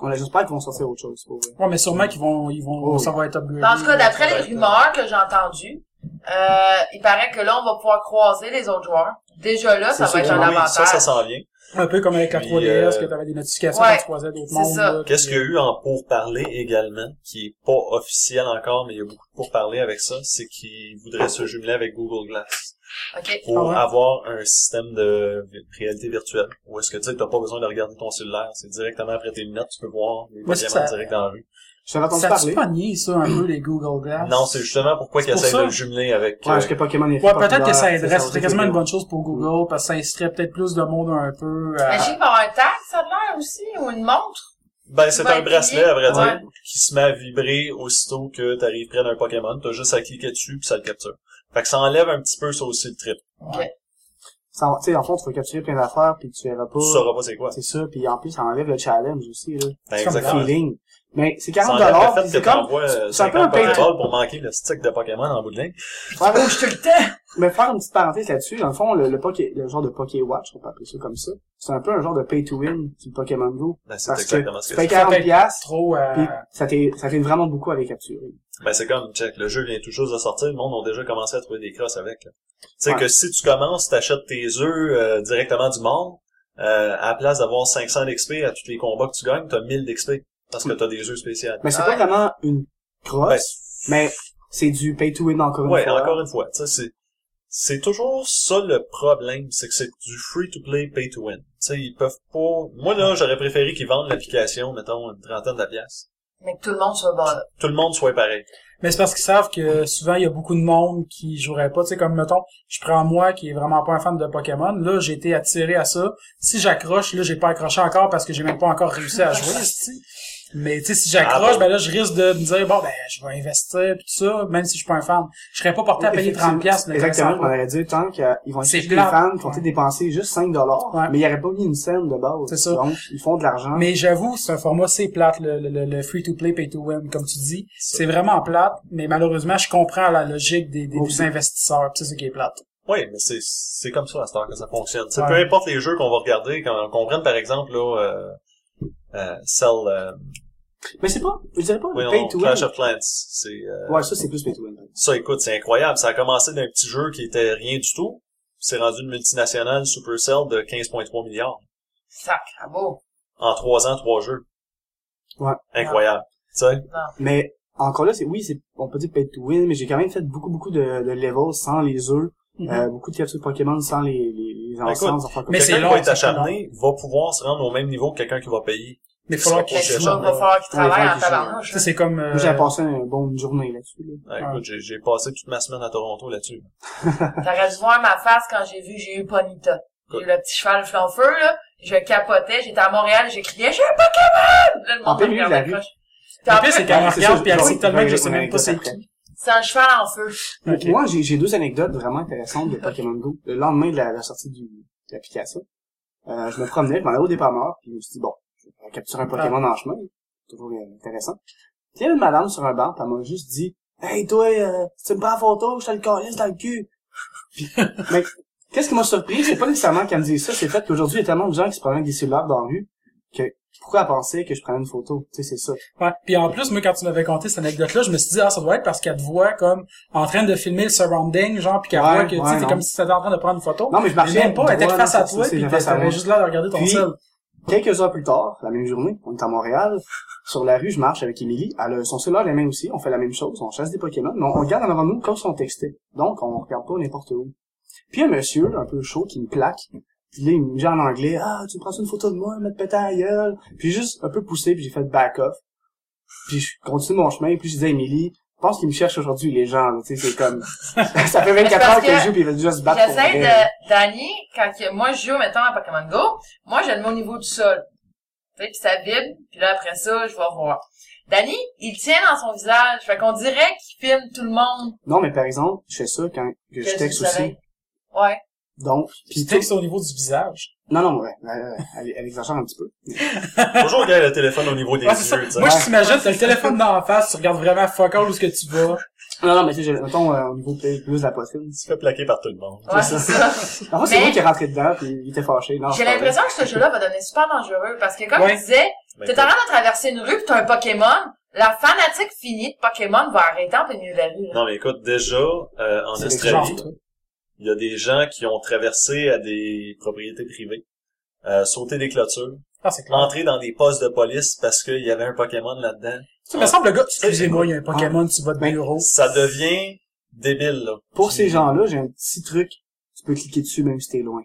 B: On a juste pas qu'on sortir autre chose. Pour vrai.
E: Ouais, mais sûrement qu'ils vont, ils vont,
B: Oh,
E: ça va être upgradé.
F: En tout cas, d'après les rumeurs que j'ai entendues, euh, il paraît que là, on va pouvoir croiser les autres joueurs. Déjà là, ça
B: C'est
F: va être
B: sûr,
F: un
B: oui,
F: avantage.
D: Ça, ça s'en vient.
E: Un peu comme avec la
D: Puis,
E: 3DS,
D: euh,
E: que t'avais des notifications
F: ouais,
E: quand tu croisais d'autres
F: c'est
E: mondes.
F: ça.
E: là, puis,
D: Qu'est-ce qu'il y a eu en pourparler également, qui est pas officiel encore, mais il y a beaucoup de pourparlers avec ça, c'est qu'ils voudraient se jumeler avec Google Glass
F: OK.
D: pour
E: Ah ouais?
D: avoir un système de vi- réalité virtuelle. Où est-ce que tu sais, t'as pas besoin de regarder ton cellulaire, c'est directement après tes lunettes, tu peux voir les
E: Moi, c'est
D: Pokémon
E: ça.
D: direct dans la rue.
B: Je t'avais entendu
E: Ça
B: parler.
E: a-tu pogné, ça, un peu, les Google Glass?
D: Non, c'est justement pourquoi
E: Ah, C'est
D: qu'ils
E: pour
D: essayent
E: ça.
D: de le jumeler avec...
B: Ouais,
D: euh,
B: parce que Pokémon est
E: Ouais, peut-être que ça
B: populaire, ça,
E: aiderait, ce
B: on
E: serait
B: sait
E: quasiment
B: que-
E: une bonne chose pour Google, parce que ça inciterait peut-être plus de monde un peu euh,
F: Mais je sais
E: à...
F: qu'il va y avoir un tag, ça de l'air aussi, ou une montre.
D: Ben, c'est
F: Ouais,
D: un bracelet, à vrai
F: ouais.
D: dire, qui se met à vibrer aussitôt que t'arrives près d'un Pokémon. T'as juste à cliquer dessus, puis ça le capture. Fait que ça enlève un petit peu ça aussi le trip.
B: Ça en- Tu sais, en fond, tu vas capturer plein d'affaires puis tu verras pas.
D: Tu sauras pas c'est quoi.
B: C'est ça. Puis en plus, ça enlève le challenge aussi là.
D: Ben,
E: comme
B: Le
D: exactement.
B: feeling. Mais c'est
D: Ça
B: 40
D: enlève
B: dollars.
D: le
B: puis
D: fait
B: C'est
D: que
B: comme.
D: t'envoies euh,
B: c'est un peu un
D: 50
B: paintball.
D: Pokéballs pour manquer le stick de Pokémon en bout de ligne.
B: faire-
F: Je te le temps.
B: Mais faire une petite parenthèse là-dessus, dans le fond, le, le, Poké- le genre de Poké Watch, on peut appeler ça comme ça, c'est un peu un genre de pay to win du Pokémon Go.
D: Ben, c'est
B: Parce
D: exactement
B: que
D: ce
B: tu
D: que
B: payes
D: c'est.
E: Ça
B: 40
E: fait
B: piastres,
E: Trop à...
B: puis ça t'aide ça t'aide vraiment beaucoup à les capturer.
D: Ben, c'est comme, check, le jeu vient tout juste de sortir, le monde a déjà commencé à trouver des crosses avec, là. Tu sais
B: Ouais.
D: que si tu commences, t'achètes tes œufs euh, directement du monde, euh, à la place d'avoir 500 d'XP à tous les combats que tu gagnes, t'as 1000 d'XP. Parce que t'as des œufs spéciaux.
B: Mais c'est
F: Ah
B: pas
F: ouais.
B: vraiment une
D: Ben,
B: grosse, mais c'est du pay to win encore une
D: Ouais,
B: fois.
D: encore une fois, tu sais, c'est c'est toujours ça le problème, c'est que c'est du free to play, pay to win. Tu sais, ils peuvent pas. Moi là, j'aurais préféré qu'ils vendent l'application, mettons une trentaine de pièces.
F: Mais que tout le monde soit bon là.
D: Tout le monde soit pareil.
E: Mais c'est parce qu'ils savent que souvent, il y a beaucoup de monde qui jouerait pas. Tu sais, comme, mettons, je prends moi, qui est vraiment pas un fan de Pokémon. Là, j'ai été attiré à ça. Si j'accroche, là, j'ai pas accroché encore parce que j'ai même pas encore réussi à jouer, esti. Mais, tu sais, si j'accroche,
D: Ah, bon.
E: ben là, je risque de me dire, bon, ben, je vais investir, pis tout ça, même si je suis pas un fan. Je serais pas porté à payer 30 piastres.
B: Exactement, on aurait dit tant qu'ils vont
E: C'est
B: acheter les
E: plate.
B: fans, qui ont
E: Ouais.
B: été dépensés juste 5 dollars,
E: Ouais.
B: mais ils auraient pas mis une scène de base.
E: C'est ça.
B: Donc, ils font de l'argent.
E: Mais j'avoue, c'est un format, c'est plate, le, le- le, free to play, pay to win, comme tu dis.
D: Ça.
E: C'est vraiment plate, mais malheureusement, je comprends la logique des, des, des
B: Aussi.
E: investisseurs, pis c'est ça qui est plate.
D: Oui, mais c'est c'est comme ça à cette heure que ça fonctionne. Tu sais,
E: Ouais.
D: Peu importe les jeux qu'on va regarder, qu'on qu'on prenne par exemple là, euh, euh, Cell, euh,
B: Mais c'est pas, je dirais pas
D: oui,
B: le
D: non,
B: pay
D: non,
B: to
D: Clash
B: win.
D: of Clans, c'est euh,
B: Ouais, ça c'est plus pay to win.
D: ça. Écoute, c'est incroyable. Ça a commencé d'un petit jeu qui était rien du tout. C'est rendu une multinationale Supercell de 15,3 milliards.
F: Sac, à beau.
D: en trois ans, trois jeux.
B: Ouais.
D: Incroyable. Tu sais?
B: Mais encore là, c'est oui, c'est on peut dire pay to win, mais j'ai quand même fait beaucoup beaucoup de, de levels sans les œufs, euh, beaucoup de capsules Pokémon sans les les, les ensembles, enfin, comme
E: Mhm. mais
B: ça.
E: c'est
D: Quelqu'un qui
E: long,
D: va être
E: c'est plus
D: acharné va pouvoir se rendre au même niveau que quelqu'un qui va payer.
E: Mais il va falloir
D: Mais
E: qu'ils
F: Mais
D: c'est
F: c'est
E: jouent.
F: ça,
D: ça,
F: il va falloir qu'ils travaillent en
B: Ouais, il faut qu'ils jouent.
F: tabarnouche.
E: Tu
F: là.
E: sais, c'est comme... euh,
B: Moi, J'ai passé une bonne journée là-dessus. Là.
D: Ouais,
E: Ouais.
D: Écoute, j'ai- j'ai passé toute ma semaine à Toronto là-dessus.
F: T'aurais dû voir ma face quand j'ai vu, j'ai eu Ponita. J'ai eu le petit cheval flanfeur, là. Je capotais, j'étais à Montréal, j'ai crié, j'ai un Pokémon! Là, le
B: En
F: monde me
B: plein milieu de
F: regardait
B: la
F: proche. Puis en
E: Le pire,
F: plus,
E: c'est qu'elle
B: Ouais, c'est
E: regarde
B: ça,
E: puis elle
B: je-
E: sait
B: je-
E: tellement que
B: je-
E: je sais
B: on
E: même pas
B: anecdote
E: c'est
B: après.
E: qui.
F: c'est un cheval en feu.
E: Ok.
B: Moi, j'ai j'ai deux anecdotes vraiment intéressantes de Pokémon Go. Le lendemain de la, la sortie du, de l'application, euh, je me promenais, je m'en allais au dépanneur, puis je me suis dit, bon, je vais capturer un Pokémon
E: Ah.
B: en chemin, toujours euh, intéressant. Puis il y a une madame sur un banc, puis elle m'a juste dit, « Hey, toi, euh, si tu me prends en photo, je te le calisse dans le
E: [laughs]
B: cul! » Puis, mais qu'est-ce qui m'a surpris, c'est pas nécessairement qu'elle me dise ça, c'est le fait qu'aujourd'hui, il y a tellement de gens qui se promènent avec des cellulaires dans la rue, que pourquoi elle pensait que je prenais une photo? Tu sais, c'est ça.
E: Ouais. Puis en plus, moi, quand tu m'avais conté cette anecdote-là, je me suis dit, ah, ça doit être parce qu'elle te voit comme en train de filmer le surrounding, genre, puis qu'elle
B: Ouais,
E: voit que, tu
B: ouais,
E: sais, t'es
B: non.
E: comme si t'étais en train de prendre une photo.
B: Non, mais je marchais
E: même pas, elle était
B: droit,
E: face à
B: là, c'est-
E: toi,
B: c'est-
E: puis
B: c'est face à
E: t'avais
B: moi.
E: juste l'air de regarder ton
B: Puis-
E: sel.
B: Quelques heures plus tard, la même journée, on est à Montréal, sur la rue, je marche avec Émilie, elle a son cellulaire les mains aussi, on fait la même chose, on chasse des Pokémon, mais on regarde en avant de nous comme si on textait. Donc, on regarde pas n'importe où. Puis un monsieur, un peu chaud, qui me plaque, Puis là, il me dit en anglais, ah, tu me prends une photo de moi, mettre péter à la gueule. Puis j'ai juste un peu poussé, puis j'ai fait back off. Puis je continue mon chemin, puis je disais à Émilie, je pense qu'ils me cherchent aujourd'hui, les gens, là. tu sais,
F: [laughs]
B: c'est comme, ça fait
F: c'est
B: 24
F: parce
B: heures que,
F: que
B: je joue, puis ils veulent juste se battre Bah, pour
F: J'essaie
B: vrai.
F: de, d'allier, quand que- moi je joue maintenant à Pokémon Go, moi je le mets au niveau du sol. Tu sais, pis ça vibre, puis là après ça, je vais voir. Danny, il tient dans son visage. Fait qu'on dirait qu'il filme tout le monde.
B: Non, mais par exemple, je fais ça quand que je
F: Qu'est-ce
B: texte
F: que vous
B: aussi.
F: avez? Ouais.
B: Donc,
E: Puis
B: puis
E: texte au niveau du visage.
B: Non, non, ouais, ouais, ouais, elle, elle exagère un petit peu.
D: Toujours regarde le téléphone au niveau des
E: Ouais, c'est ça.
D: yeux, tu sais.
E: Moi, je t'imagine, t'as le téléphone dans la face, tu regardes vraiment fuck all où ce que tu vas.
B: Non, non, mais tu sais, j'ai- mettons, euh, au niveau peut-être plus de la poitrine.
D: Tu te fais plaquer par tout le monde.
F: Ouais,
B: ça.
F: c'est ça.
B: En fait, c'est
F: Mais-
B: moi qui est rentré dedans, puis il était fâché. Non,
F: J'ai
B: c'est pas vrai.
F: l'impression que ce jeu-là va devenir super dangereux parce que comme
E: Ouais.
F: je disais,
D: Mais
F: t'es en train de traverser une rue pis t'as un Pokémon, la fanatique finie de Pokémon va arrêter en plein milieu de la rue. là.
D: Non, mais écoute, déjà, euh, en
B: C'est
D: Australie,
E: Genre, toi.
D: il y a des gens qui ont traversé à des propriétés privées, euh, sauté des clôtures,
E: Ah, c'est clair.
D: entré dans des postes de police parce qu'il y avait un Pokémon là-dedans.
E: Tu me semble, le gars, excusez-moi, il y a un Pokémon, tu vas de
B: Ben,
E: bureau.
D: Ça devient débile, là.
B: Pour
D: Tu-
B: ces gens-là, j'ai un petit truc. Tu peux cliquer dessus même si t'es loin.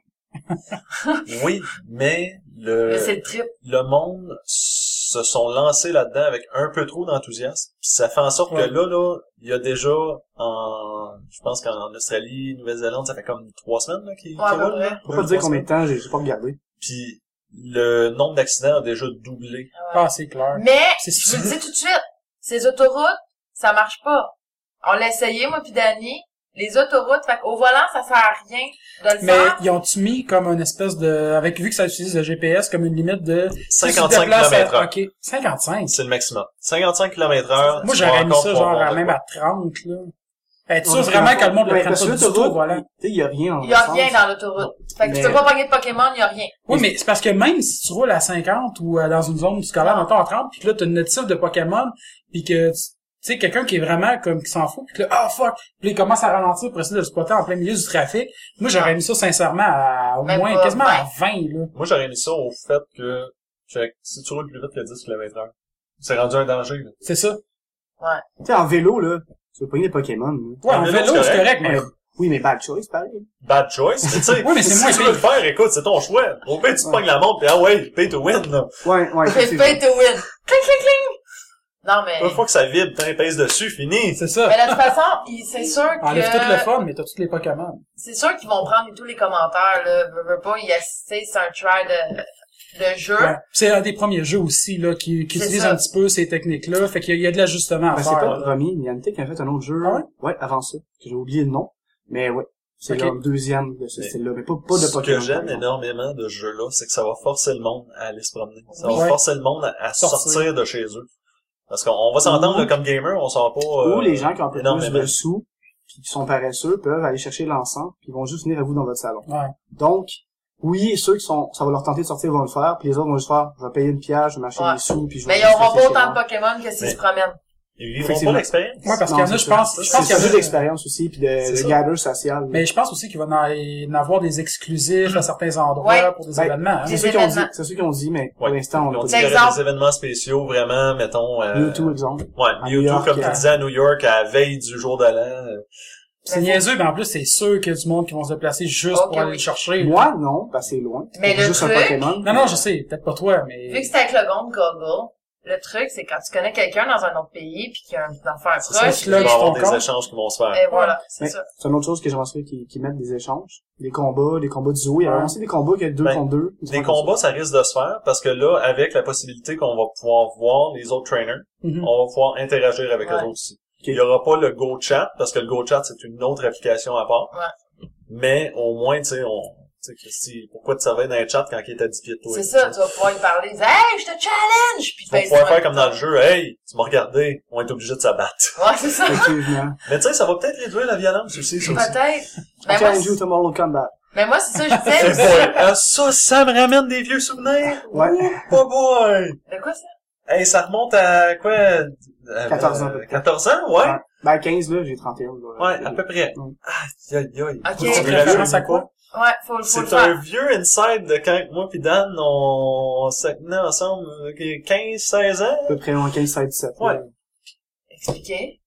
D: Oui, mais
B: Euh.
F: Mais
D: le,
F: c'est le trip.
D: le monde se sont lancés là-dedans avec un peu trop d'enthousiasme. Puis ça fait en sorte
E: Ouais.
D: que là, là, il y a déjà en, je pense qu'en Australie, Nouvelle-Zélande, ça fait comme trois semaines, là, qui,
F: Ouais, à peu près.
B: Faut pas te dire combien de temps, j'ai j'ai pas regardé.
D: Puis le nombre d'accidents a déjà doublé.
E: Ah, c'est clair.
F: Mais,
E: C'est
F: je vous le
E: stupide.
F: dis tout de suite, ces autoroutes, ça marche pas. On l'a essayé, moi pis Dani. Les autoroutes, fait au volant, ça sert à rien de le
E: Mais
F: faire.
E: ils ont-tu mis comme une espèce de... Avec, vu que ça utilise le GPS, comme une limite de... si tu te
D: 55
E: déplaces à-
D: km heure.
E: OK. 55?
D: C'est le maximum. 55 km heure.
E: Moi,
D: tu
E: j'aurais
D: vas
E: mis
D: encore
E: ça
D: pouvoir
E: genre à
D: voir de
E: même
D: quoi.
E: à 30, là. Être
B: On
E: sûr
B: se
E: vraiment
B: rend
E: que le
B: compte.
E: monde le
B: Ouais,
E: prenne
B: parce
E: pas
B: que
E: du
B: l'autoroute,
E: tout, voilà.
B: Tu sais, il y a rien. en
F: Il y a
B: sens.
F: rien dans l'autoroute. Fait que
B: Mais-
F: tu peux pas pogner de Pokémon, il y a rien.
E: Oui, mais c'est parce que même si tu roules à 50 ou euh, dans une zone scolaire, mettons à 30, puis que là, t'as une notif de Pokémon, puis que, tu tu sais, quelqu'un qui est vraiment comme qui s'en fout, puis que là, ah fuck, puis là, il commence à ralentir pour essayer de le spotter en plein milieu du trafic. Moi, j'aurais mis ça sincèrement à au
F: Même
E: moins,
F: pas
E: quasiment à 20, là.
D: Moi, j'aurais mis ça au fait que, check, si tu roules plus vite que 10 km heure, c'est rendu un danger, là.
E: C'est ça.
B: Tu sais, en vélo, là, tu veux pogner des Pokémon. là.
E: Ouais,
D: En
E: en
D: vélo,
E: vélo,
D: c'est
E: c'est correct, mais...
B: Mais- Oui, mais bad choice, pareil.
D: Bad choice, mais tu
B: [laughs]
D: sais.
E: Ouais, mais c'est
D: si
E: moins
D: tu veux le
E: pire.
D: faire, écoute, c'est ton choix. Au pire, tu te pognes la montre, pis ah ouais, pay to win, là.
B: Ouais, ouais.
F: [laughs] Fait
B: effectivement.
F: pay to win. Cling, cling, cling! Non, mais...
D: Une fois que ça vibre, t'en pèse dessus, fini.
E: C'est ça.
F: Mais de toute façon, il- c'est sûr
E: Enlève tout le
F: que...
E: fun, mais t'as tous les Pokémon.
F: C'est sûr qu'ils vont prendre tous les commentaires, là. Veux, veux pas, ils assistent, c'est un try de, de jeu.
E: Ouais. C'est un des premiers jeux aussi, là, qui, qui
F: C'est
E: utilise
F: ça.
E: un petit peu ces techniques-là. Fait qu'il y a- il y a de l'ajustement à
B: Ben, c'est
E: faire.
B: pas
F: euh,
E: là.
B: le premier. Il y en a qui a fait un autre jeu.
E: Ah ouais?
B: Ouais, avant ça. que J'ai oublié le nom. Mais ouais. C'est
E: Ok.
B: leur deuxième de ce
D: Mais-
B: style-là. Mais pas, pas de
D: Ce
B: Pokémon.
D: que j'aime
B: par exemple.
D: énormément de ce jeu-là, c'est que ça va forcer le monde à aller se promener. Ça va
E: Oui.
D: forcer le monde à, à
E: Sortir.
D: sortir de chez eux. Parce qu'on on va s'entendre, là, comme gamer, on sort pas... euh,
B: Ou les gens qui ont un peu plus
D: énormément.
B: de sous, puis qui sont paresseux, peuvent aller chercher l'encens, puis ils vont juste venir à vous dans votre salon.
E: Ouais.
B: Donc, oui, ceux qui sont, ça va leur tenter de sortir vont le faire, puis les autres vont juste faire, je vais payer une pièce, je vais m'acheter
F: Ouais.
B: des sous, puis je vais
F: Mais ils
B: juste
F: auront
B: rester
F: pas
B: chez
F: autant de
B: moi.
F: Pokémon que s'ils
D: Mais-
F: se promènent.
D: Ils vivront pas
B: Effectivement.
D: l'expérience.
E: Ouais, parce
B: Non,
E: qu'il y en a,
B: c'est
E: je
B: ça.
E: pense, je pense qu'il
B: C'est
E: y en
B: juste
E: a...
B: d'expérience aussi, puis de,
D: C'est
B: de
D: ça.
B: gather social.
E: Mais je pense aussi qu'il va en en avoir des exclusifs à certains endroits
F: Mm. Ouais.
E: pour des
B: Ben,
E: événements. hein.
B: c'est
F: des
B: ceux qui ont dit,
F: événements.
B: c'est ceux qui ont dit, mais pour
D: Ouais.
B: l'instant, on
D: On
B: n'a
D: dirait
B: pas
F: Exemple.
D: des événements spéciaux, vraiment, mettons... Euh,
B: dit. YouTube, exemple.
D: Ouais,
B: À New
D: Mewtwo,
B: York, euh,
D: comme tu
E: à-
D: disais, à New York, à la veille du jour de l'an. euh,
E: C'est niaiseux, mais en plus, c'est sûr qu'il y a du monde qui vont se déplacer juste
F: Ok,
E: pour aller
F: oui.
E: le chercher.
B: Moi, non, parce que c'est loin.
F: Mais
B: Pour
F: le
B: juste un
F: truc-
B: Pokémon.
E: Non, non, je sais, peut-être pas toi,
F: Vu
E: mais...
F: que c'est avec le compte Google, le truc, c'est quand tu connais quelqu'un dans un autre pays puis qu'il y a un enfant
D: C'est ça,
F: proche,
E: tu
D: il
E: l'as
D: va y
E: dit,
D: avoir
E: ton
D: des
E: compte.
D: échanges qui vont se faire.
F: et voilà, c'est
B: Mais
F: ça.
B: c'est une autre chose que j'aimerais ça qu'ils qu'ils mettent des échanges. Des combats, des combats du zoo. Il y a
E: Ouais.
B: aussi des combats que deux
D: Ben,
B: contre deux.
D: Des combats, ça risque de se faire, parce que là, avec la possibilité qu'on va pouvoir voir les autres trainers,
E: Mhm.
D: on va pouvoir interagir avec
F: Ouais.
D: eux autres aussi. Il y aura pas le GoChat, parce que le GoChat, c'est une autre application à part. Mais au moins, tu sais, on... Tu sais, Christy, pourquoi te servais dans un chat quand il était à 10 pieds de toi?
F: C'est ça, tu vas pouvoir y parler, dire, hey, je te challenge! Puis
D: Tu vas
F: ben,
D: pouvoir
F: ça-
D: faire comme dans le jeu, hey, tu m'as regardé, on est obligé de s'abattre.
F: Ouais, c'est ça. [laughs]
B: Effectivement.
D: [laughs] Mais tu sais, ça va peut-être réduire la violence aussi, ça aussi.
F: Peut-être.
B: I
F: Mais Ben, moi,
B: challenge you
F: c'est-
B: to Mortal Kombat.
F: mais moi, c'est ça, que je
D: Eh
F: disais.
D: boy, ah, ça, ça me ramène des vieux souvenirs.
B: Ouais.
D: Oh boy!
F: De quoi ça?
D: Hey, ça remonte à quoi? euh,
B: 14 ans, peut-être.
D: 14 ans, ouais?
B: Ouais. Ben, 15, là, j'ai 31. là.
D: Ouais, à peu près.
B: Mm.
D: Aïe, aïe, aïe.
F: Ok.
D: Tu
E: C'est
D: me rappelles
E: référence à quoi?
F: Ouais, faut, faut le
D: C'est
F: faire.
D: un vieux inside de quand moi pis Dan, on se tenait ensemble euh, 15, 16 ans.
B: À peu près, en 15, 16, 17. là.
D: Ouais.
F: Expliquer.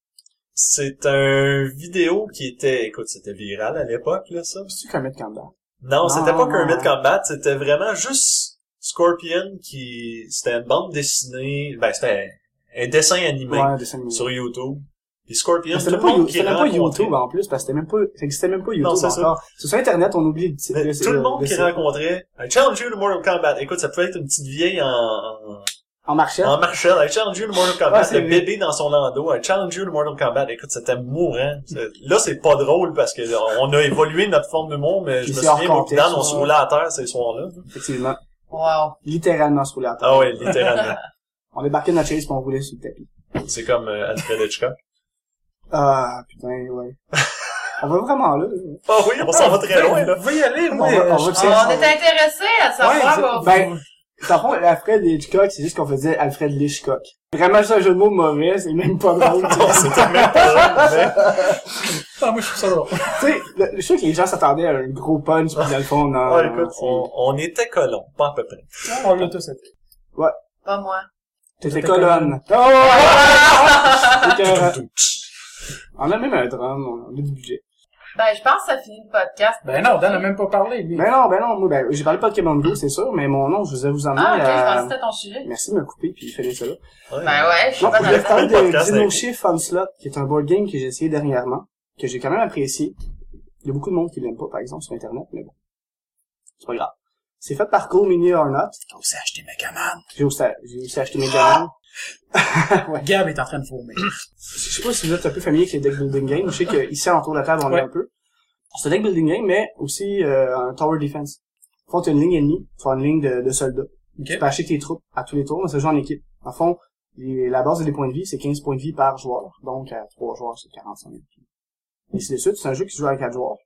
D: C'est un vidéo qui était, écoute, c'était viral à l'époque, là, ça.
B: C'est-tu Comet Combat?
D: Non, c'était pas
B: non,
D: Kermit
B: non.
D: Combat, c'était vraiment juste Scorpion qui... C'était une bande dessinée, ben c'était un, un dessin animé
B: Ouais, un dessin animé.
D: Ben, sur YouTube. Puis Scorpion,
B: Mais
D: tout
B: C'était
D: le
B: pas, You-
D: monde qui
B: c'était pas
D: rencontrait...
B: YouTube en plus, parce que c'était même pas, ça existait même pas YouTube
D: c'est ça.
B: encore. C'est sur Internet, on oublie le titre.
D: Mais
B: de-
D: tout le
B: de-
D: monde
B: de-
D: qui rencontrait, I challenge you to Mortal Kombat. Écoute, ça pouvait être une petite vieille en, en,
B: En marchette.
D: en marchette. I challenge you to Mortal Kombat.
B: Hein? Ah, c'est
D: le
B: vrai.
D: bébé dans son landau. I challenge you to Mortal Kombat. Écoute, c'était mourant. C'est- Là, c'est pas drôle parce que là, on a évolué notre forme d'humour, mais je
B: Puis
D: me
B: c'est hors
D: souviens, moi,
B: contexte,
D: Dan, on
B: ouais.
D: se roulait à terre ces soirs-là.
B: Effectivement.
F: Wow.
B: Littéralement se rouler à terre.
D: Ah ouais, littéralement.
B: On débarquait de notre chaise pis on roulait sur le tapis.
D: c'est comme euh, Alfred Hitchcock.
B: Ah, putain,
D: [laughs]
B: ouais. on va vraiment là.
D: Ah oui, on s'en va très loin, là.
E: Vous y aller,
B: On
E: moi.
B: va, on va
E: je-
B: pis
F: Ah, On
B: c'est-
F: est intéressé à savoir.
B: Ouais, ben, dans le fond, Alfred Hitchcock, c'est juste qu'on faisait Alfred Hitchcock. Vraiment, juste un jeu de mots mauvais, c'est même
F: [laughs]
B: pas drôle. tu sais. [laughs]
D: C'était même pas drôle, mais-
E: Ah, moi, je trouve ça drôle.
B: tu sais, le- je suis sûr que les gens s'attendaient à un gros punch, pis dans le fond, non.
D: Ah, écoute,
B: c'est-
D: on, on était colons, pas à peu près.
E: On l'a tous été.
F: Pas moi.
B: T'étais
E: T'étais
B: colonne.
F: [laughs]
E: colonne.
B: Oh! ouais, ouais, ouais. C'est que, euh,
D: Tout, tout.
B: On a même un drum, on a du budget.
F: Ben, je pense que ça finit le podcast.
E: Ben non, Dan a même pas parlé, lui.
B: Ben non, ben non, moi, ben, j'ai parlé pas de Command Go, c'est sûr, mais mon nom, je vous ai vous emmener
F: Ah, ok, je
B: à-
F: pensais que c'était ton sujet.
B: Merci de me couper, puis fallait ça là.
D: Ouais.
F: Ben ouais, je suis
B: Non,
F: pas
B: je
F: dans
B: voulais
F: le
B: vous parler
D: Le podcast
B: de Dino
D: avec-
B: Shift on Slot, qui est un board game que j'ai essayé dernièrement, que j'ai quand même apprécié. Il y a beaucoup de monde qui l'aime pas, par exemple, sur Internet, mais bon. C'est pas grave. C'est fait par Go Mini or Not.
E: T'as aussi acheté Megaman.
B: J'ai aussi, j'ai aussi acheté mes
D: Ah!
B: gammes.
E: Gab est en train de vomir.
B: je sais pas si vous êtes un peu familier avec les deck building games. Je sais qu'ici, en tour de la table, on est
E: Ouais.
B: un peu. C'est un deck building game, mais aussi euh, un tower defense. Faut que t'as une ligne ennemie, faut avoir une ligne de, de soldats. Tu
E: Ok.
B: peux acheter tes troupes à tous les tours, mais ça se joue en équipe. En fond, les- la base des points de vie, c'est 15 points de vie par joueur. Donc, à 3 joueurs, c'est 45 000. Et c'est de suite, c'est un jeu qui se joue à 4 joueurs.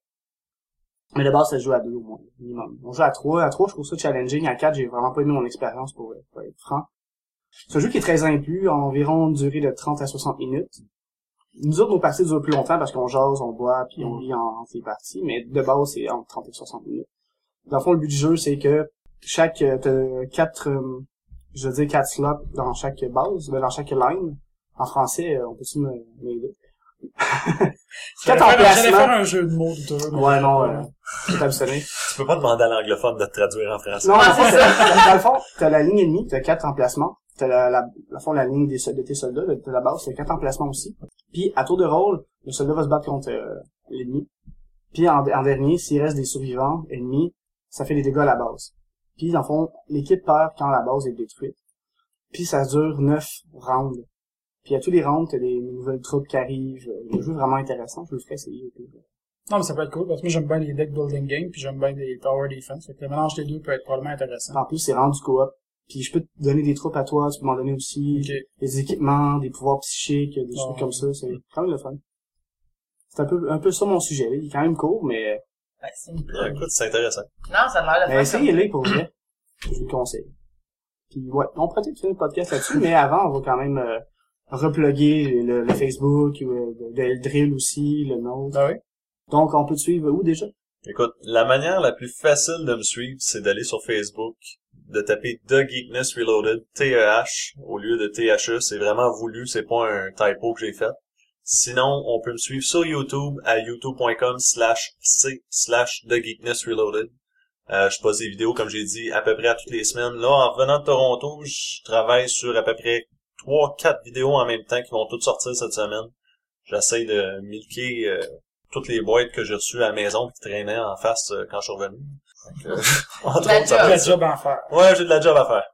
B: Mais de base, ça se joue à 2 au moins, minimum. On joue à 3. À 3, je trouve ça challenging. À 4, j'ai vraiment pas aimé mon expérience pour, euh, pour être franc. C'est un jeu qui est très inclus, environ une durée de 30 à 60 minutes. Nous autres, nos parties durent plus longtemps parce qu'on jase, on boit, puis on rit en, entre les parties, mais de base, c'est entre 30 et 60 minutes. Dans le fond, le but du jeu, c'est que chaque, euh, t'as quatre, euh, je veux dire quatre slots dans chaque base, ben, dans chaque line. En français, euh, on peut-tu me- m'aider?
E: J'allais
B: quatre
E: faire- J'allais faire
B: emplacements.
E: un jeu de mots douteux. mais-
B: Ouais, non, euh, c'est abstenu.
D: Tu peux pas demander à l'anglophone de te traduire en français.
B: Non, dans le fond,
F: c'est
B: t'as- dans le fond, t'as la ligne ennemie, t'as quatre emplacements. T'as la, la, dans le fond, la ligne des, sol- de tes soldats, de, de la base, t'as quatre emplacements aussi. Puis, à tour de rôle, le soldat va se battre contre euh, l'ennemi. Puis, en, en dernier, s'il reste des survivants ennemis, ça fait des dégâts à la base. Puis, dans le fond, l'équipe perd quand la base est détruite. Puis, ça dure neuf rounds. Puis, à tous les rounds, t'as des nouvelles troupes qui arrivent. Le jeu est vraiment intéressant. Je vous le ferai essayer.
E: Non, mais ça peut être cool, parce que moi, j'aime bien les deck building games, puis j'aime bien les tower defense. Fait que le mélange des deux peut être probablement intéressant.
B: En plus, c'est rendu coop. Puis, je peux te donner des troupes à toi. Tu peux m'en donner aussi.
E: Ok.
B: des équipements, des pouvoirs psychiques, des choses
E: Ouais.
B: comme ça, c'est quand même le fun. C'est un peu, un peu ça mon sujet, là. Il est quand même court, mais,
F: Ben, c'est une
D: Ouais,
F: blague.
D: écoute, c'est intéressant.
F: Non, ça a l'air de
B: mais
F: faire.
B: essayez-les pour vrai. Je vous le conseille. Puis ouais, on pourrait peut-être finir le podcast là-dessus, mais avant, on va quand même euh, reploguer le, le Facebook, euh, le, le drill aussi, le nôtre.
E: Ben oui.
B: Donc, on peut te suivre où déjà?
D: Écoute, la manière la plus facile de me suivre, c'est d'aller sur Facebook, de taper The Geekness Reloaded, T-E-H, au lieu de T-H-E. C'est vraiment voulu, c'est pas un typo que j'ai fait. Sinon, on peut me suivre sur YouTube à youtube.com slash C slash The Geekness Reloaded. Euh, je poste des vidéos, comme j'ai dit, à peu près à toutes les semaines. Là, en revenant de Toronto, je travaille sur à peu près trois, quatre vidéos en même temps qui vont toutes sortir cette semaine. J'essaie de milquer euh, toutes les boîtes que j'ai reçues à la maison qui traînaient en face euh, quand je suis revenu. Fait que, [laughs] entre
F: La
D: autres,
F: job.
D: ça va
E: Le
D: être ça.
E: job en faire.
D: Ouais, j'ai de la job à faire.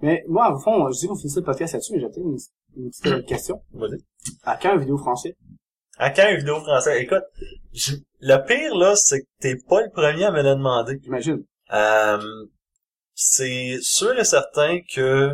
B: Mais moi, au fond, je dis qu'on finissait le podcast là-dessus, mais j'ai peut-être une, une petite euh, question.
D: Vas-y.
B: À quand une vidéo français?
D: À quand une vidéo française? Écoute, je- le pire, là, c'est que t'es pas le premier à me le demander.
B: J'imagine.
D: Euh, c'est sûr et certain que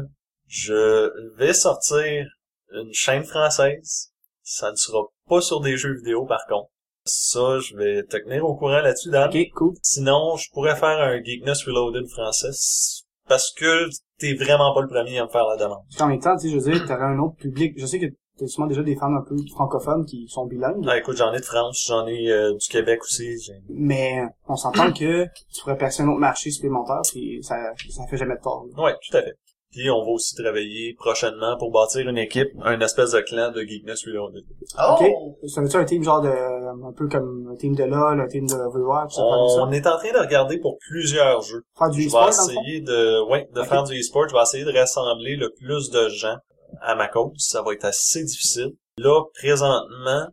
D: je vais sortir une chaîne française. Ça ne sera pas sur des jeux vidéo, par contre. Ça, je vais te tenir au courant là-dessus, Dan.
B: Ok, cool.
D: Sinon, je pourrais faire un Geekness Reloaded français s- parce que t'es vraiment pas le premier à me faire la demande.
B: Puis en même temps, tu sais, je veux dire, t'aurais un autre public. Je sais que t'as sûrement déjà des fans un peu francophones qui sont bilingues,
D: Ah, écoute, j'en ai de France, j'en ai euh, du Québec aussi. j'ai-
B: mais on s'entend que tu pourrais percer un autre marché supplémentaire, puis ça, ça fait jamais de tort. là.
D: Ouais, tout à fait. Puis on va aussi travailler prochainement pour bâtir une équipe, un espèce de clan de Geekness Reloaded.
F: Oh!
B: Ça veut-tu un team genre de, un peu comme un team de LoL, un team de Overwatch, ça
D: On
B: faire
D: est en train de regarder pour plusieurs jeux.
B: ça? Faire du
D: Oh, Je
B: e-sport,
D: vais
B: dans le fond?
D: essayer de, ouais, de
B: Ok.
D: faire du e-sport. Je vais essayer de rassembler le plus de gens à ma cause. Ça va être assez difficile. Là, présentement,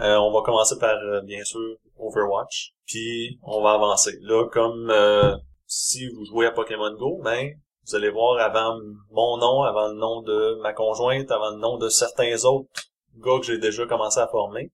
D: euh, on va commencer par, euh, bien sûr, Overwatch. Puis, on va avancer. Là, comme euh, si vous jouez à Pokémon Go, ben, vous allez voir avant mon nom, avant le nom de ma conjointe, avant le nom de certains autres gars que j'ai déjà commencé à former,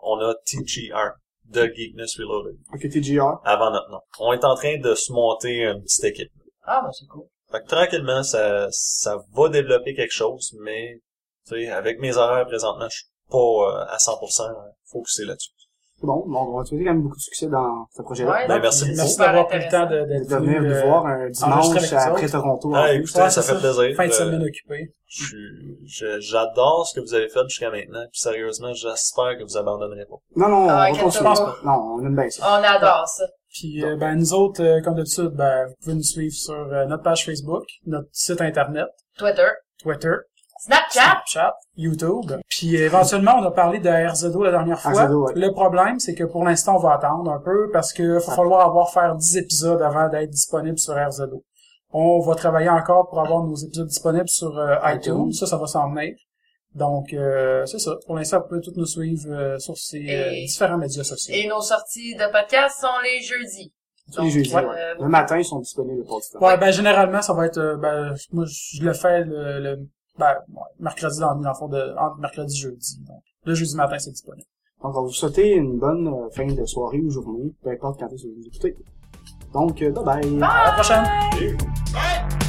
D: on a TGR de Geekness Reloaded
B: Ok, TGR.
D: avant notre nom. On est en train de se monter une petite équipe.
F: Ah, ben, c'est cool.
D: Fait que tranquillement, ça, ça va développer quelque chose, mais tu sais, avec mes horaires présentement, je suis pas euh, à 100% focusé là-dessus.
B: C'est bon, bon, on va souhaiter quand même beaucoup de succès dans ce projet-là.
F: Ouais,
D: Ben, merci beaucoup.
E: Merci d'avoir pris le temps de,
B: De
E: d'être
B: venir
E: venu,
B: nous
E: euh,
B: voir un dimanche
E: enregistrer avec
B: après
E: vous
B: Toronto.
D: Ah,
B: en plus.
D: écoutez,
E: ouais,
D: ça
E: c'est
D: fait
E: ça.
D: plaisir.
E: Fin de
D: Euh,
E: semaine occupée.
D: je suis- je- J'adore ce que vous avez fait jusqu'à maintenant, puis sérieusement, j'espère que vous abandonnerez pas.
B: Non, non,
F: Ah,
B: on
F: ok, Ah,
B: continue.
F: ça
E: va.
B: Non, on aime bien ça.
F: On adore ça.
E: Puis euh, ben nous autres, euh, comme d'habitude, ben vous pouvez nous suivre sur euh, notre page Facebook, notre site internet,
F: Twitter.
E: Twitter,
F: Snapchat.
E: Snapchat, YouTube. Puis euh, éventuellement, on a parlé de RZO la dernière fois.
B: RZO, ouais.
E: Le problème, c'est que pour l'instant, on va attendre un peu parce que va falloir avoir faire 10 épisodes avant d'être disponible sur RZO. On va travailler encore pour avoir nos épisodes disponibles sur euh, iTunes.
B: iTunes.
E: Ça, ça va s'en venir. Donc, euh, c'est ça. Pour l'instant, vous pouvez tous nous suivre euh, sur ces euh,
F: Et-
E: différents médias sociaux.
F: Et nos sorties de podcast sont les jeudis.
B: Tous les jeudis,
F: ouais,
B: ouais.
F: euh,
B: Le matin, ils sont disponibles pour du temps.
E: Ouais, ben généralement ça va être euh, ben moi je le fais le, le ben ouais, mercredi dans, dans le fond de entre mercredi et jeudi. Donc le jeudi matin c'est disponible.
B: Donc, on va vous souhaiter une bonne euh, fin de soirée ou journée, peu importe quand est-ce que vous nous écoutez. Donc, euh, bye bye!
E: À la prochaine.
D: Et-